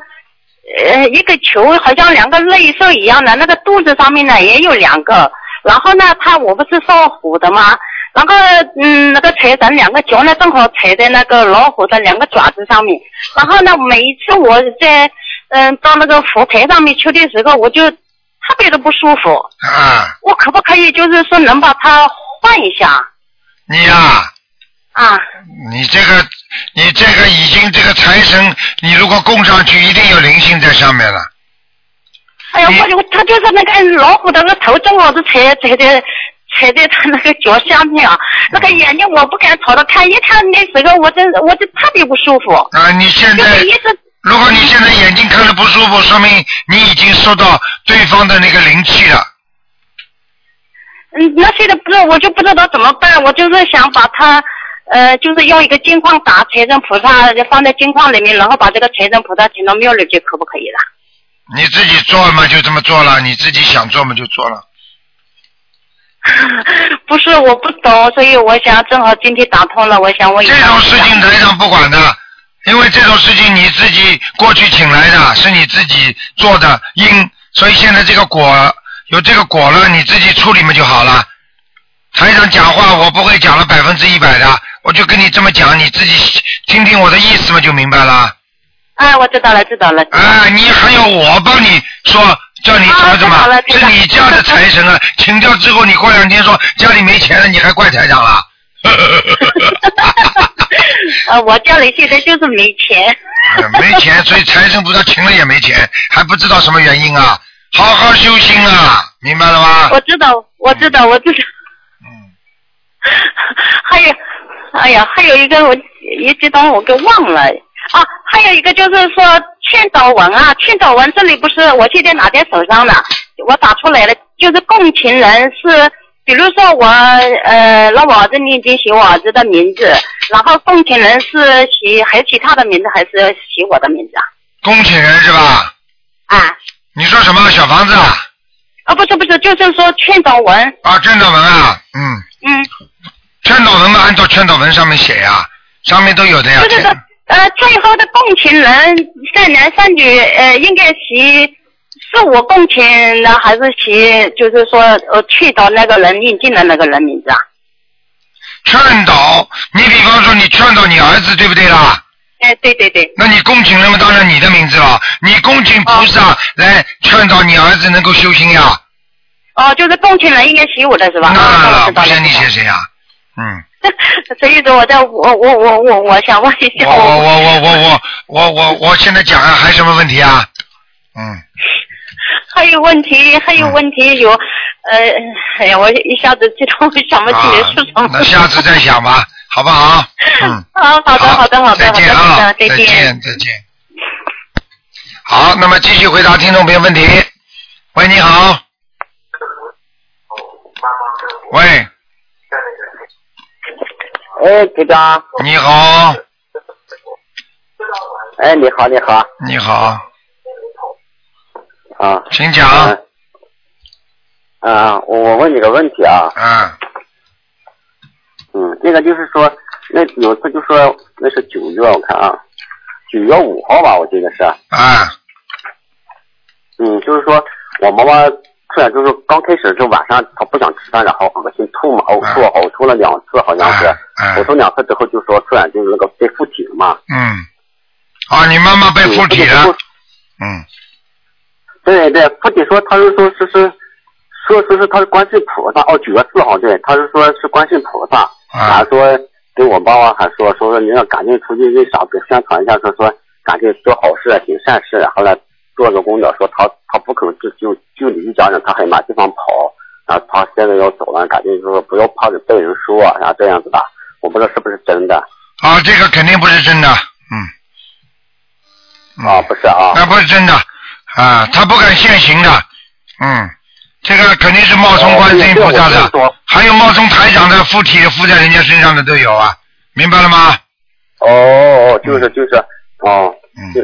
[SPEAKER 8] 呃，一个球好像两个类兽一样的，那个肚子上面呢也有两个。然后呢，他我不是烧虎的吗？然后嗯，那个财神两个脚呢正好踩在那个老虎的两个爪子上面。然后呢，每一次我在嗯到那个佛台上面去的时候，我就特别的不舒服。
[SPEAKER 2] 啊，
[SPEAKER 8] 我可不可以就是说能把它换一下
[SPEAKER 2] 你呀、
[SPEAKER 8] 啊？
[SPEAKER 2] 你这个，你这个已经这个财神，你如果供上去，一定有灵性在上面了。
[SPEAKER 8] 哎呀，我就他就是那个老虎的那个头正好是踩踩在踩在他那个脚下面啊，那个眼睛我不敢朝他看，一看那时候我真我就特别不舒服，
[SPEAKER 2] 啊，你现
[SPEAKER 8] 就
[SPEAKER 2] 在
[SPEAKER 8] 是一直
[SPEAKER 2] 如果你现在眼睛看着不舒服，说明你已经受到对方的那个灵气了。
[SPEAKER 8] 嗯，那现在不是我就不知道怎么办，我就是想把它。呃，就是用一个金框打财神菩萨，放在金框里面，然后把这个财神菩萨请到庙里去，可不可以啦？
[SPEAKER 2] 你自己做嘛，就这么做了；你自己想做嘛，就做了。
[SPEAKER 8] 不是，我不懂，所以我想正好今天打通了，我想问一下。
[SPEAKER 2] 这种事情台长不管的，因为这种事情你自己过去请来的，是你自己做的因，所以现在这个果有这个果了，你自己处理嘛就好了。台长讲话我不会讲了百分之一百的，我就跟你这么讲，你自己听听我的意思嘛就明白了。
[SPEAKER 8] 哎，我知道了，知道了。
[SPEAKER 2] 啊，你还有我帮你说。叫你
[SPEAKER 8] 啊
[SPEAKER 2] 说什么？
[SPEAKER 8] 知道了知
[SPEAKER 2] 是
[SPEAKER 8] 道
[SPEAKER 2] 你家的财神啊！请掉之后，你过两天说家里没钱了，你还怪台长了？
[SPEAKER 8] 呃，我家里现在就是没钱。
[SPEAKER 2] 呃没钱，所以财神菩萨请了也没钱，还不知道什么原因啊！好好修心啊，明白了吗？
[SPEAKER 8] 我知道，我知道，我知道。 嗯。还有，哎呀，还有一个我一激动我给忘了啊，还有一个就是说劝导文啊，劝导文这里不是我现在拿在手上的，我打出来了，就是共情人是。比如说我呃让我儿子念经写我儿子的名字，然后共情人是写还写他的名字还是写我的名字啊？
[SPEAKER 2] 恭请人是吧？
[SPEAKER 8] 啊，
[SPEAKER 2] 你说什么小房子啊？
[SPEAKER 8] 啊，不是不是，就是说劝导文，
[SPEAKER 2] 啊，劝导文啊，嗯，
[SPEAKER 8] 嗯，
[SPEAKER 2] 劝导文嘛，按照劝导文上面写呀、上面都有的呀
[SPEAKER 8] 就。是说
[SPEAKER 2] 劝，
[SPEAKER 8] 呃，最后的共情人善男善女，呃，应该写是我共情呢，还是写就是说呃去到那个人引进的那个人名字啊？
[SPEAKER 2] 劝导，你比方说你劝导你儿子，对不对啦？
[SPEAKER 8] 哎，对对对，
[SPEAKER 2] 那你恭请人嘛，当然你的名字了。你恭请菩萨来劝导你儿子能够修心呀、
[SPEAKER 8] 哦，就是共情人应该写我的是吧？
[SPEAKER 2] 当然
[SPEAKER 8] 哦
[SPEAKER 2] 了，
[SPEAKER 8] 知
[SPEAKER 2] 不
[SPEAKER 8] 道了
[SPEAKER 2] 然你写谁呀、嗯。
[SPEAKER 8] 所以说我在我我我我我想问一
[SPEAKER 2] 我
[SPEAKER 8] 下，
[SPEAKER 2] 我我我我我我我我现在讲啊，还有什么问题啊？嗯，
[SPEAKER 8] 还有问题，还有问题有，呃，哎呀，我一下子激动，想不起来是什
[SPEAKER 2] 啊
[SPEAKER 8] 么。，
[SPEAKER 2] 那下 次再想吧，好不好？嗯，
[SPEAKER 8] 啊，好的，好的，好的，
[SPEAKER 2] 再
[SPEAKER 8] 好
[SPEAKER 2] 见
[SPEAKER 8] 的，
[SPEAKER 2] 啊
[SPEAKER 8] 好的，，再
[SPEAKER 2] 再见，再见。好，那么继续回答听众朋友问题。喂，你好。喂，
[SPEAKER 9] 哎，局长，
[SPEAKER 2] 你好，
[SPEAKER 9] 哎，你好，你好，
[SPEAKER 2] 你好，
[SPEAKER 9] 啊，
[SPEAKER 2] 请讲。
[SPEAKER 9] 嗯啊，我我问你个问题啊，
[SPEAKER 2] 嗯
[SPEAKER 9] 嗯，那个就是说，那有一次就说那是九月，我看啊，九月五号吧，我记得是，
[SPEAKER 2] 啊
[SPEAKER 9] 嗯，就是说我妈妈突然就是刚开始就晚上他不想吃饭，然后恶心吐嘛，呕吐呕吐了两次，好像是
[SPEAKER 2] 嗯
[SPEAKER 9] 呕吐两次之后就说突然就是那个被附体了嘛。
[SPEAKER 2] 嗯，啊，你妈妈被附体了，嗯，
[SPEAKER 9] 对对，附体说他是说是是说说是他是观世菩萨哦，举个字好像对，他是说是观世菩萨，还说给我爸爸还说说说你要赶紧出去为啥给宣传一下，说说赶紧做好事行善事，后来做个公了说他他不肯自救救你一家人，他还拿地方跑，然后他现在要走了，赶紧就说不要怕被人说啊，然后这样子的，我不知道是不是真的
[SPEAKER 2] 啊，这个肯定不是真的，
[SPEAKER 9] 啊，不是啊，
[SPEAKER 2] 那不是真的，啊，他不敢现形的，嗯，这个肯定是冒充观世
[SPEAKER 9] 哦
[SPEAKER 2] 音菩萨的，还有冒充台长的附体附在人家身上的都有啊，明白了吗？啊
[SPEAKER 9] 哦哦，就是
[SPEAKER 2] 嗯
[SPEAKER 9] 就是，哦，就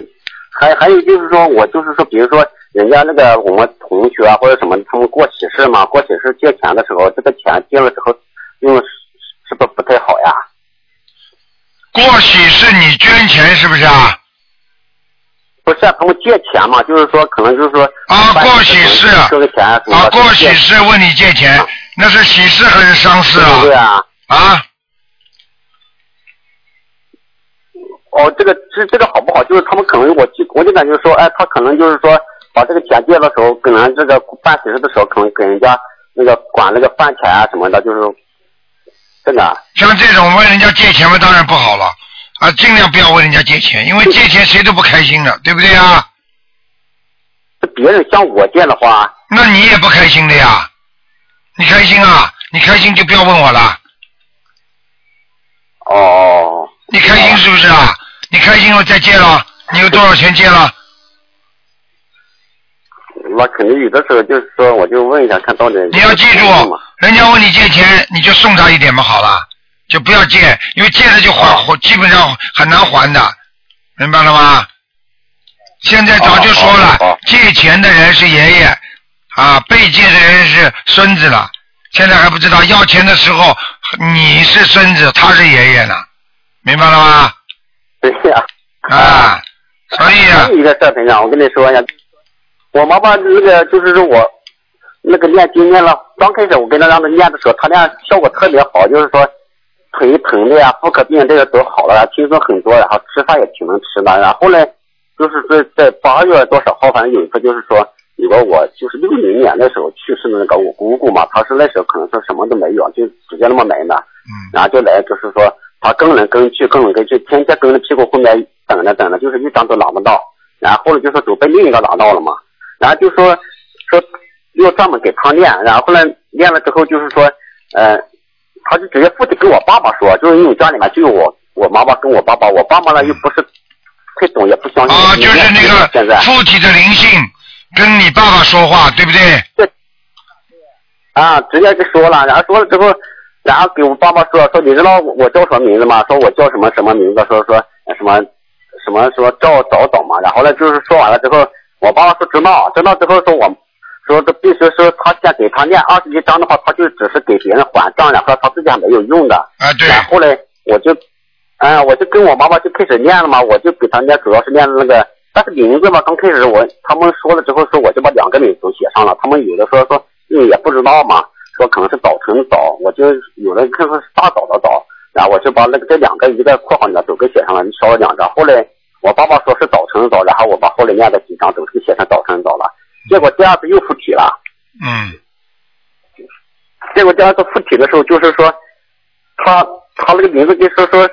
[SPEAKER 9] 还还有就是说我就是说，比如说人家那个我们同学啊或者什么，他们过喜事嘛，过喜事借钱的时候，这个钱借了之后用是是不是不太好呀？
[SPEAKER 2] 过喜事你捐钱是不是啊？
[SPEAKER 9] 不是啊，他们借钱嘛，就是说可能就是说
[SPEAKER 2] 啊，过喜事
[SPEAKER 9] 这个钱啊什么
[SPEAKER 2] 啊，
[SPEAKER 9] 的
[SPEAKER 2] 过喜事问你借钱，那是喜事还是丧事啊？
[SPEAKER 9] 啊对啊。
[SPEAKER 2] 啊，
[SPEAKER 9] 哦，这个这这个好不好？就是他们可能我就我就感觉说，哎，他可能就是说把这个钱借的时候，可能这个办喜事的时候，可能给人家那个管那个饭钱啊什么的，就是真的啊。
[SPEAKER 2] 像这种问人家借钱嘛，当然不好了啊，尽量不要问人家借钱，因为借钱谁都不开心的，对不对啊？
[SPEAKER 9] 别人向我借的话，
[SPEAKER 2] 那你也不开心的呀？你开心啊？你开心就不要问我了。
[SPEAKER 9] 哦。
[SPEAKER 2] 你开心是不是啊？你开心了再借了，你有多少钱借了？
[SPEAKER 9] 那肯定有的时候就是说，我就问一下，看到底
[SPEAKER 2] 你要记住，人家问你借钱，你就送他一点嘛，好了，就不要借，因为借了就还，基本上很难还的，明白了吗？现在早就说了，借钱的人是爷爷，啊，被借的人是孙子了。现在还不知道要钱的时候，你是孙子，他是爷爷呢，明白了吗？
[SPEAKER 9] 对呀、
[SPEAKER 2] 啊。所以啊，
[SPEAKER 9] 一个事儿，陈长，我跟你说一下，我妈妈那个就是说我那个念经念了，刚开始我跟她让她念的时候，她念效果特别好，就是说腿疼的呀、妇科病这个都好了，然后轻松很多，然后吃饭也挺能吃的。然后呢，就是在在八月多少号，反正有一次就是说，有个我就是六零年的时候去世的那个我姑姑嘛，她是那时候可能是什么都没有，就直接那么来的。然后就来就是说他跟来跟去跟来跟去，天天跟着屁股后面等着等着，就是一张都拿不到。然后呢，就说都被另一个拿到了嘛。然后就说说要专门给他练，然后呢练了之后就是说，呃，他就直接附体跟我爸爸说，就是因为家里面就有我我妈妈跟我爸爸，我爸爸呢又不是太懂，也不相信。啊，就是那个现在
[SPEAKER 2] 附体的灵性跟你爸爸说话，对不对？
[SPEAKER 9] 啊，直接就说了，然后说了之后，然后给我爸爸说说，你知道我叫什么名字吗？说我叫什么什么名字？说说呃什么什么说赵早早嘛。然后呢，就是说完了之后，我爸爸说知道，知道之后说我说这必须说他先给他念二十一章的话，他就只是给别人还账，然后他自己还没有用的。
[SPEAKER 2] 啊，对。
[SPEAKER 9] 然后呢，我就，哎、我就跟我妈妈就开始念了嘛，我就给他念，主要是念那个，但是名字嘛，刚开始我他们说了之后说，我就把两个名字都写上了，他们有的说说，因为也不知道嘛，说可能是早晨的早，我就有人看说是大早的早，然后我就把那个这两个一个括号里面都给写上了，烧了两张，后来。我爸爸说是早晨早，然后我把后来念的几张都给写成早晨早了，结果第二次又附体了，
[SPEAKER 2] 嗯。
[SPEAKER 9] 结果第二次附体的时候，就是说他他那个名字就说说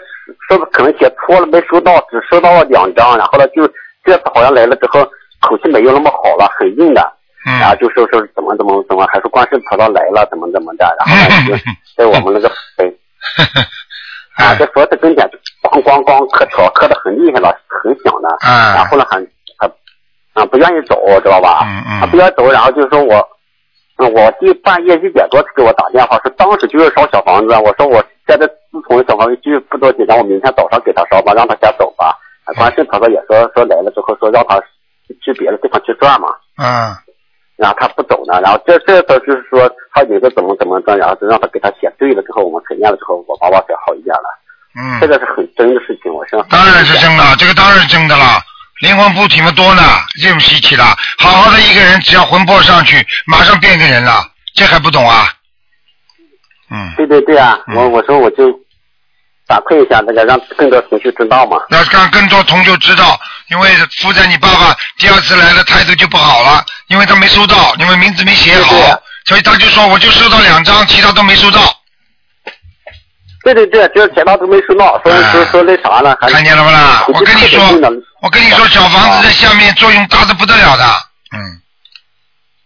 [SPEAKER 9] 说可能写错了，没收到，只收到了两张，然后呢就这次好像来了之后口气没有那么好了，很硬的，
[SPEAKER 6] 哎
[SPEAKER 2] 嗯
[SPEAKER 9] 然后就说说怎么怎么怎么，还说观世菩萨来了，怎么怎么的，然后呢
[SPEAKER 2] 嗯
[SPEAKER 9] 就在我们 那个北。
[SPEAKER 2] 哎
[SPEAKER 9] 啊，在佛的跟前，咣咣咣磕头，磕的很厉害了，很响的。
[SPEAKER 2] 啊
[SPEAKER 9] 然后呢，还还啊不愿意走，知道吧？
[SPEAKER 2] 嗯嗯
[SPEAKER 9] 他不愿意走，然后就说我嗯，我弟半夜一点多给我打电话，说当时就要烧小房子，我说我现在自从小房子就是不多几张，我明天早上给他烧吧，让他先走吧。啊关键他说也说说来了之后说让他去别的地方去转嘛，
[SPEAKER 2] 嗯
[SPEAKER 9] 然啊后他不走呢，然后这这个就是说他有个怎么怎么着，然后就让他给他写对了之后，我们肯念了之后，我爸爸才好一点了。
[SPEAKER 2] 嗯
[SPEAKER 9] 这个是很真的事情，我是
[SPEAKER 2] 当然是真的，这个当然是真的了。灵魂附体嘛多呢，这种稀奇了。好好的一个人，只要魂魄上去，马上变个人了，这还不懂啊？嗯
[SPEAKER 9] 对对对啊，我我说我就反馈一下那个，让更多同学知道嘛。
[SPEAKER 2] 要让更多同学知道，因为负债你爸爸第二次来了态度就不好了，因为他没收到，因为名字没写好，所以他就说我就收到两张，其他都没收到。
[SPEAKER 9] 对对对，就是钱包都没收到，说说说那啥了，还
[SPEAKER 2] 嗯看见了不啦？我跟你说，我跟你说，小房子在下面作用大的不得了的。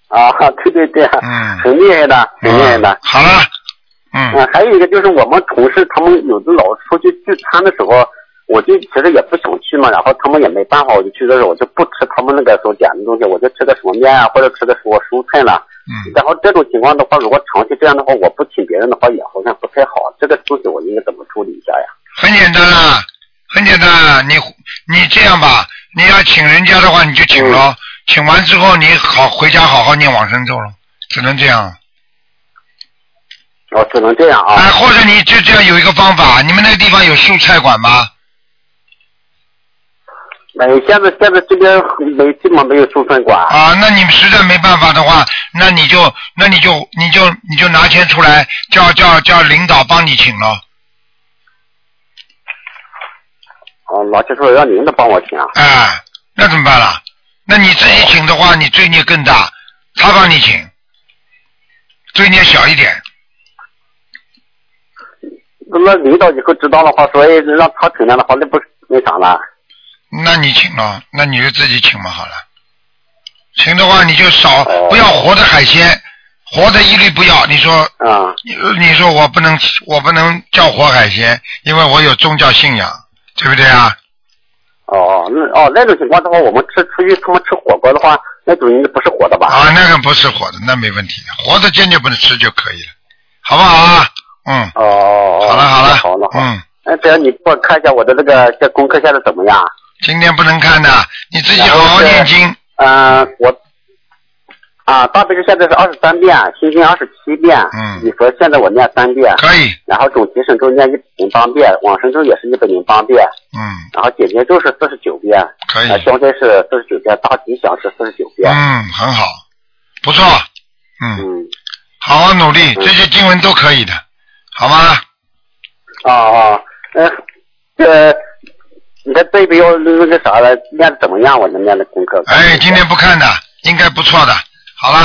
[SPEAKER 9] 啊，对对对，
[SPEAKER 2] 嗯，
[SPEAKER 9] 很厉害的，很厉害的。
[SPEAKER 2] 好了，嗯、
[SPEAKER 9] 啊还有一个就是我们同事他们有的老出去聚餐的时候，我就其实也不想去嘛，然后他们也没办法，我就去的时候我就不吃他们那个时候点的东西，我就吃个什么面啊，或者吃个什么蔬菜了。
[SPEAKER 2] 嗯。
[SPEAKER 9] 然后这种情况的话，如果长期这样的话，我不请别人的话，也好像不太好。这个东西我应该怎么处理一下呀？
[SPEAKER 2] 很简单啦，很简单啦。你你这样吧，你要请人家的话，你就请喽。请完之后，你好回家好好念往生咒了，只能这样。
[SPEAKER 9] 我只能这样啊。
[SPEAKER 2] 哎，或者你就这样有一个方法，你们那个地方有蔬菜馆吗？
[SPEAKER 9] 没，哎现在现在这边没基本上没有蔬菜馆。
[SPEAKER 2] 啊，那你们实在没办法的话，那你就那你就你就你就拿钱出来，叫叫叫领导帮你请喽。
[SPEAKER 9] 啊，老师说让您的帮我请啊。
[SPEAKER 2] 哎，那怎么办啦？那你自己请的话，你罪孽更大，他帮你请，罪孽小一点。
[SPEAKER 9] 那领导以后知道的话，说哎让他承担的话，那不是那啥了？
[SPEAKER 2] 那你请了，那你就自己请嘛好了。请的话，你就少不要活的海鲜，活的一律不要。你说，
[SPEAKER 9] 啊、
[SPEAKER 2] 你说我不能，我不能叫活海鲜，因为我有宗教信仰，对不对啊？
[SPEAKER 9] 哦，那哦那种情况的话，我们吃出去他们吃火锅的话，那种应该不是火的吧？
[SPEAKER 2] 啊，那个不是活的，那没问题的，活的坚决不能吃就可以了，好不好啊？嗯。
[SPEAKER 9] 哦，
[SPEAKER 2] 好了好了
[SPEAKER 9] 好了，
[SPEAKER 2] 嗯，
[SPEAKER 9] 那只要你帮我看一下我的那个这功课现在怎么样？
[SPEAKER 2] 今天不能看的，你自己好好念经。
[SPEAKER 9] 嗯、我啊，大悲咒现在是二十三遍，心经二十七遍，
[SPEAKER 2] 嗯
[SPEAKER 9] 礼佛现在我念三遍，
[SPEAKER 2] 可以，
[SPEAKER 9] 然后总提神咒念一百零八遍，往生咒也是一百零八遍，
[SPEAKER 2] 嗯，
[SPEAKER 9] 然后解结咒是四十九遍，
[SPEAKER 2] 可以
[SPEAKER 9] 呃，消灾是四十九遍，大吉祥是四十九遍。
[SPEAKER 2] 嗯，很好，不错，
[SPEAKER 9] 嗯，
[SPEAKER 2] 好好努力，这些经文都可以的，好吗？
[SPEAKER 9] 啊啊，呃，这你看这边要那个啥了，念的怎么样？我能念的功课？
[SPEAKER 2] 哎，今天不看的，应该不错的。好了，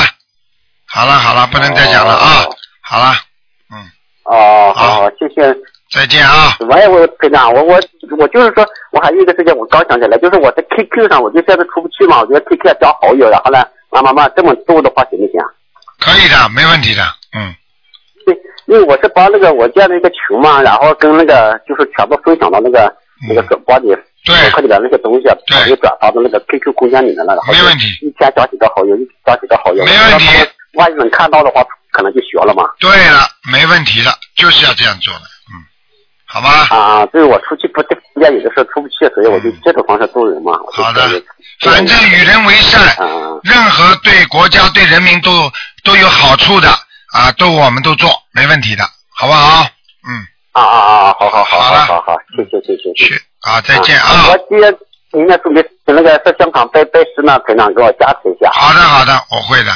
[SPEAKER 2] 好了，好了，不能再讲了啊。好了，
[SPEAKER 9] 哦，好，谢谢。
[SPEAKER 2] 再见啊！
[SPEAKER 9] 我也我队长，我我我就是说，我还有一个事情，我刚想起来，就是我在 QQ 上，我就现在出不去嘛，我觉得 QQ 要加好友，然后呢，慢慢慢这么做的话行不行啊？
[SPEAKER 2] 可以的，没问题的。嗯，
[SPEAKER 9] 因为我是帮那个我建了一个群嘛，然后跟那个就是全部分享到那个、
[SPEAKER 2] 嗯
[SPEAKER 9] 那个转帮你博客里边那些东西，我就转发到那个 QQ 空间里面了，然后没问
[SPEAKER 2] 题，
[SPEAKER 9] 一天加几个好友，一天加几个好友，没问题。万一能看到的话，可能就学了嘛。
[SPEAKER 2] 对了，没问题的，就是要这样做的。好吧。
[SPEAKER 9] 啊，对，我出去不太方便，有的时候出不去，所以我就这种方式做人嘛。好的，
[SPEAKER 2] 反正与人为善，
[SPEAKER 9] 啊
[SPEAKER 2] 任何对国家、对人民都都有好处的啊，都我们都做，没问题的，好不好？
[SPEAKER 9] 啊啊啊！好好好好好好，谢谢谢谢
[SPEAKER 2] 谢谢。啊，再见啊！
[SPEAKER 9] 我今天明天准备那个在香港拜拜师呢，台长给我加持一下。
[SPEAKER 2] 好的好的，我会的。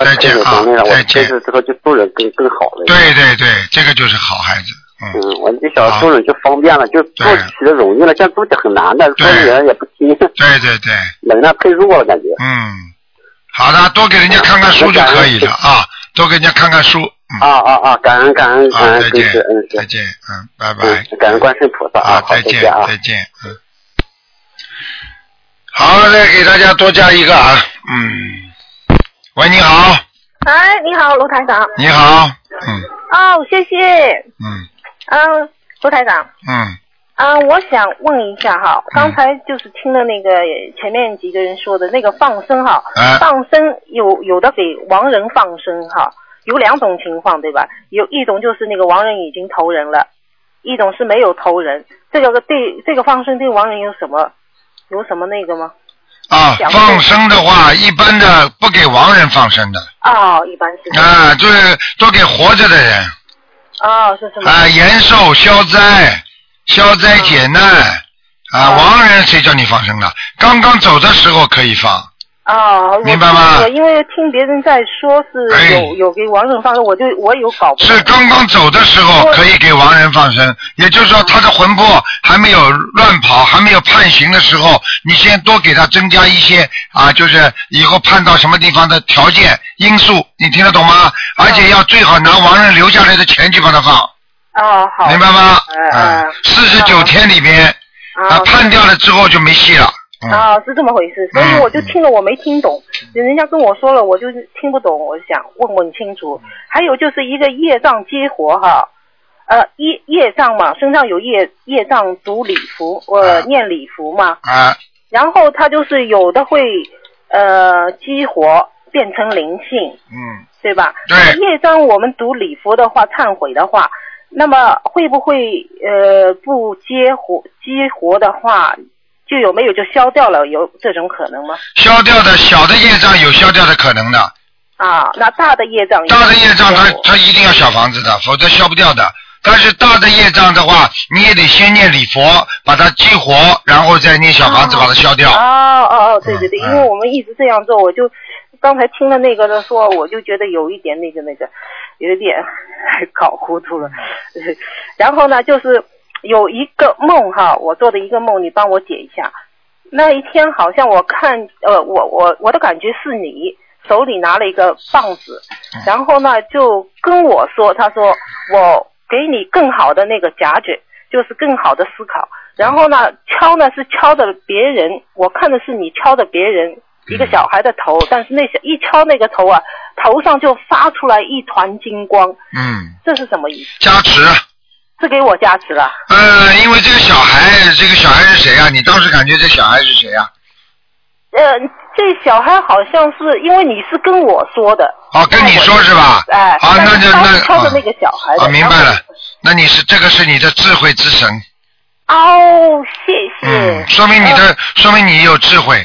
[SPEAKER 2] 再见啊再见
[SPEAKER 9] 我这次之后就做人更更好了。
[SPEAKER 2] 对对对，这个就是好孩子。
[SPEAKER 9] 嗯，我就想做人就方便了，就做起的容易了，现在做起很难的，做人也不听，
[SPEAKER 2] 对对对，
[SPEAKER 9] 能量太弱了感觉。
[SPEAKER 2] 嗯，好的，多给人家看看书就可以了啊，多给人家看看书。嗯、
[SPEAKER 9] 啊啊啊！感恩感恩感
[SPEAKER 2] 啊，
[SPEAKER 9] 恩
[SPEAKER 2] 再，
[SPEAKER 9] 真
[SPEAKER 2] 见
[SPEAKER 9] 是嗯，，
[SPEAKER 2] 再见，嗯，拜拜。
[SPEAKER 9] 感恩观世菩萨
[SPEAKER 2] 啊，
[SPEAKER 9] 好
[SPEAKER 2] 再见，
[SPEAKER 9] 见啊，
[SPEAKER 2] 再见，嗯。好，再给大家多加一个啊，嗯。喂，你好，
[SPEAKER 10] 哎，你好，卢台长。
[SPEAKER 2] 你好，
[SPEAKER 10] 哦，谢谢。
[SPEAKER 2] 嗯。
[SPEAKER 10] 嗯，卢台长，
[SPEAKER 2] 嗯，
[SPEAKER 10] 啊、我想问一下哈，刚才就是听了那个前面几个人说的那个放生哈，
[SPEAKER 11] 哎
[SPEAKER 10] 放生有有的给亡人放生哈，有两种情况对吧？有一种就是那个亡人已经投人了，一种是没有投人。这个对这个放生对亡人有什么有什么那个吗？
[SPEAKER 2] 啊，
[SPEAKER 10] 讲
[SPEAKER 2] 放生的话，一般的不给亡人放生的
[SPEAKER 10] 哦，一般是
[SPEAKER 2] 啊，就是都给活着的人啊
[SPEAKER 10] 哦是什么？
[SPEAKER 2] 啊，延寿消灾、消灾解难啊，亡人谁叫你放生的？刚刚走的时候可以放，
[SPEAKER 10] 啊，我
[SPEAKER 2] 明白吗哎
[SPEAKER 10] 我因为听别人在说是有、有给亡人放生，我就我有搞不懂
[SPEAKER 2] 是刚刚走的时候可以给亡人放生，也就是
[SPEAKER 10] 嗯
[SPEAKER 2] 说他的魂魄还没有乱跑，还没有判刑的时候，你先多给他增加一些啊，就是以后判到什么地方的条件因素，你听得懂吗？
[SPEAKER 10] 嗯
[SPEAKER 2] 而且要最好拿亡人留下来的钱去帮他放，
[SPEAKER 10] 啊，好，
[SPEAKER 2] 明白吗？
[SPEAKER 10] 嗯
[SPEAKER 2] 啊，四十九天里边啊判掉了之后就没戏了。
[SPEAKER 10] 啊，是这么回事，所以我就听了，我没听懂，人家跟我说了，我就是听不懂，我想问问清楚。还有就是一个业障激活哈，呃，业业障嘛，身上有业业障读礼服，我、呃、念礼服嘛，
[SPEAKER 2] 啊，
[SPEAKER 10] 然后它就是有的会呃激活变成灵性，
[SPEAKER 2] 嗯，
[SPEAKER 10] 对吧？对。业障我们读礼佛的话，忏悔的话，那么会不会呃不激活激活的话，就有没有就消掉了？有这种可能吗？
[SPEAKER 2] 消掉的小的业障有消掉的可能的，
[SPEAKER 10] 啊，那大的业障有
[SPEAKER 2] 大的业障它它一定要小房子的，否则消不掉的。但是大的业障的话，你也得先念礼佛，把它激活，然后再念小房子把它消掉。
[SPEAKER 10] 哦哦哦，对
[SPEAKER 2] 嗯
[SPEAKER 10] 对对，因为我们一直这样做，我就刚才听了那个的说，我就觉得有一点那个那个，有一点搞糊涂了。
[SPEAKER 2] 嗯
[SPEAKER 10] 然后呢，就是有一个梦哈，我做的一个梦，你帮我解一下。那一天好像我看，呃，我我我的感觉是你手里拿了一个棒子，然后呢就跟我说，他说我给你更好的那个夹觉，就是更好的思考。然后呢敲呢是敲的别人，我看的是你敲的别人一个小孩的头，但是那小一敲那个头啊，头上就发出来一团金光，
[SPEAKER 2] 嗯，
[SPEAKER 10] 这是什么意思？
[SPEAKER 2] 加持。
[SPEAKER 10] 是给我加持了。
[SPEAKER 2] 呃，因为这个小孩，这个小孩是谁啊？你当时感觉这小孩是谁啊？
[SPEAKER 10] 呃，这小孩好像是因为你是跟我说的。
[SPEAKER 2] 哦，跟你说是吧？
[SPEAKER 10] 哎，
[SPEAKER 2] 好那就
[SPEAKER 10] 但
[SPEAKER 2] 那
[SPEAKER 10] 是敲的那个小孩的。
[SPEAKER 2] 啊，明白
[SPEAKER 10] 然后。
[SPEAKER 2] 了，那你是这个是你的智慧之神，
[SPEAKER 10] 哦，谢谢。
[SPEAKER 2] 嗯，说明你
[SPEAKER 10] 哦
[SPEAKER 2] 的，说明你有智慧，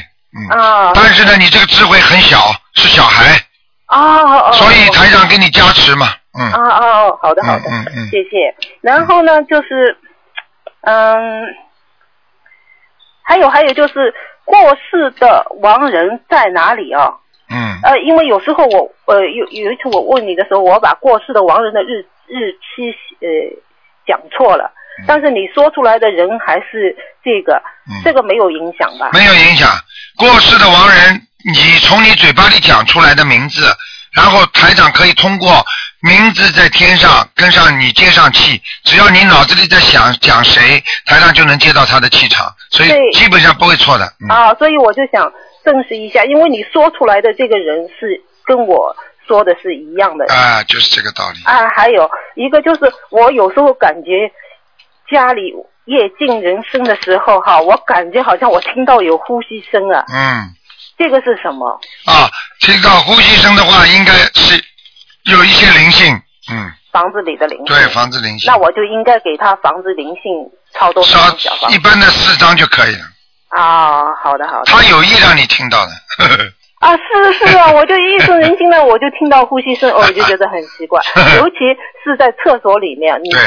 [SPEAKER 2] 嗯
[SPEAKER 10] 啊。
[SPEAKER 2] 但是呢，你这个智慧很小，是小孩，
[SPEAKER 10] 哦哦。
[SPEAKER 2] 所以台长给你加持嘛，嗯，
[SPEAKER 10] 哦哦哦，好的好的，
[SPEAKER 2] 嗯嗯
[SPEAKER 10] 谢谢。然后呢，就是，嗯，还有还有就是过世的亡人在哪里啊？
[SPEAKER 2] 嗯
[SPEAKER 10] 呃，因为有时候我呃有有一次我问你的时候，我把过世的亡人的日日期呃讲错了，
[SPEAKER 2] 嗯
[SPEAKER 10] 但是你说出来的人还是这个，这个没有影响吧？
[SPEAKER 2] 没有影响。过世的亡人，你从你嘴巴里讲出来的名字，然后台长可以通过名字在天上跟上你接上气，只要你脑子里在想讲谁，台长就能接到他的气场，所以
[SPEAKER 10] 对
[SPEAKER 2] 基本上不会错的。嗯
[SPEAKER 10] 啊，所以我就想证实一下，因为你说出来的这个人是跟我说的是一样的。
[SPEAKER 2] 啊，就是这个道理。
[SPEAKER 10] 啊，还有一个就是我有时候感觉家里夜静人生的时候哈，我感觉好像我听到有呼吸声啊，
[SPEAKER 2] 嗯，
[SPEAKER 10] 这个是什么？
[SPEAKER 2] 啊，听到呼吸声的话，应该是有一些灵性。嗯，
[SPEAKER 10] 房子里的灵性。
[SPEAKER 2] 对，房子灵性
[SPEAKER 10] 那，我就应该给他房子灵性超多少张小房
[SPEAKER 2] 一般的四张就可以了。
[SPEAKER 10] 啊？好的好的。
[SPEAKER 2] 他有意让你听到的。 呵呵
[SPEAKER 10] 啊，是是啊，我就夜深人静呢，我就听到呼吸声，哦我就觉得很奇 怪，尤其是在厕所里面，你
[SPEAKER 2] 对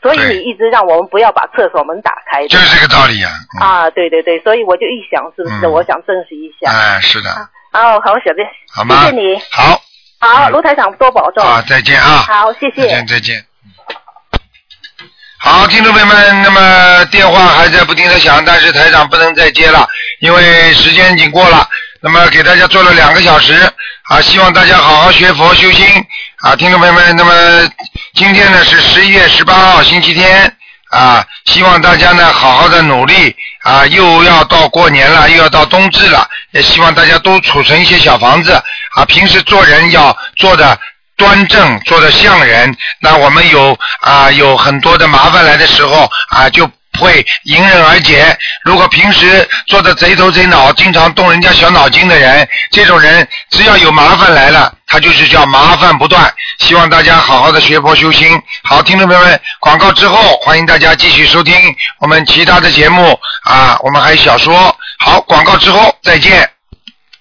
[SPEAKER 10] 所以你一直让我们不要把厕所门打开。
[SPEAKER 2] 就是这个道理呀、
[SPEAKER 10] 啊，对对对，所以我就一想，是不是？
[SPEAKER 2] 嗯
[SPEAKER 10] 我想证实一下。
[SPEAKER 2] 哎，是的，
[SPEAKER 10] 哦，好，小弟，
[SPEAKER 2] 好吗
[SPEAKER 10] 谢谢你。
[SPEAKER 2] 好。
[SPEAKER 10] 好，卢台长多保重。
[SPEAKER 2] 啊，再见啊！
[SPEAKER 10] 好，谢谢。
[SPEAKER 2] 再见，再见。好，听众朋友们，那么电话还在不停的响，但是台长不能再接了，因为时间已经过了。那么给大家做了两个小时啊，希望大家好好学佛修心啊，听众朋友们，那么今天呢是十一月十八号星期天啊，希望大家呢好好的努力啊，又要到过年了，又要到冬至了，也希望大家都储存一些小房子啊，平时做人要做的端正，做的像人。那我们有啊、有很多的麻烦来的时候啊、就会迎刃而解。如果平时做的贼头贼脑，经常动人家小脑筋的人，这种人只要有麻烦来了，他就是叫麻烦不断。希望大家好好的学佛修心。好，听众朋友们，广告之后，欢迎大家继续收听我们其他的节目啊，我们还有小说。好，广告之后再见。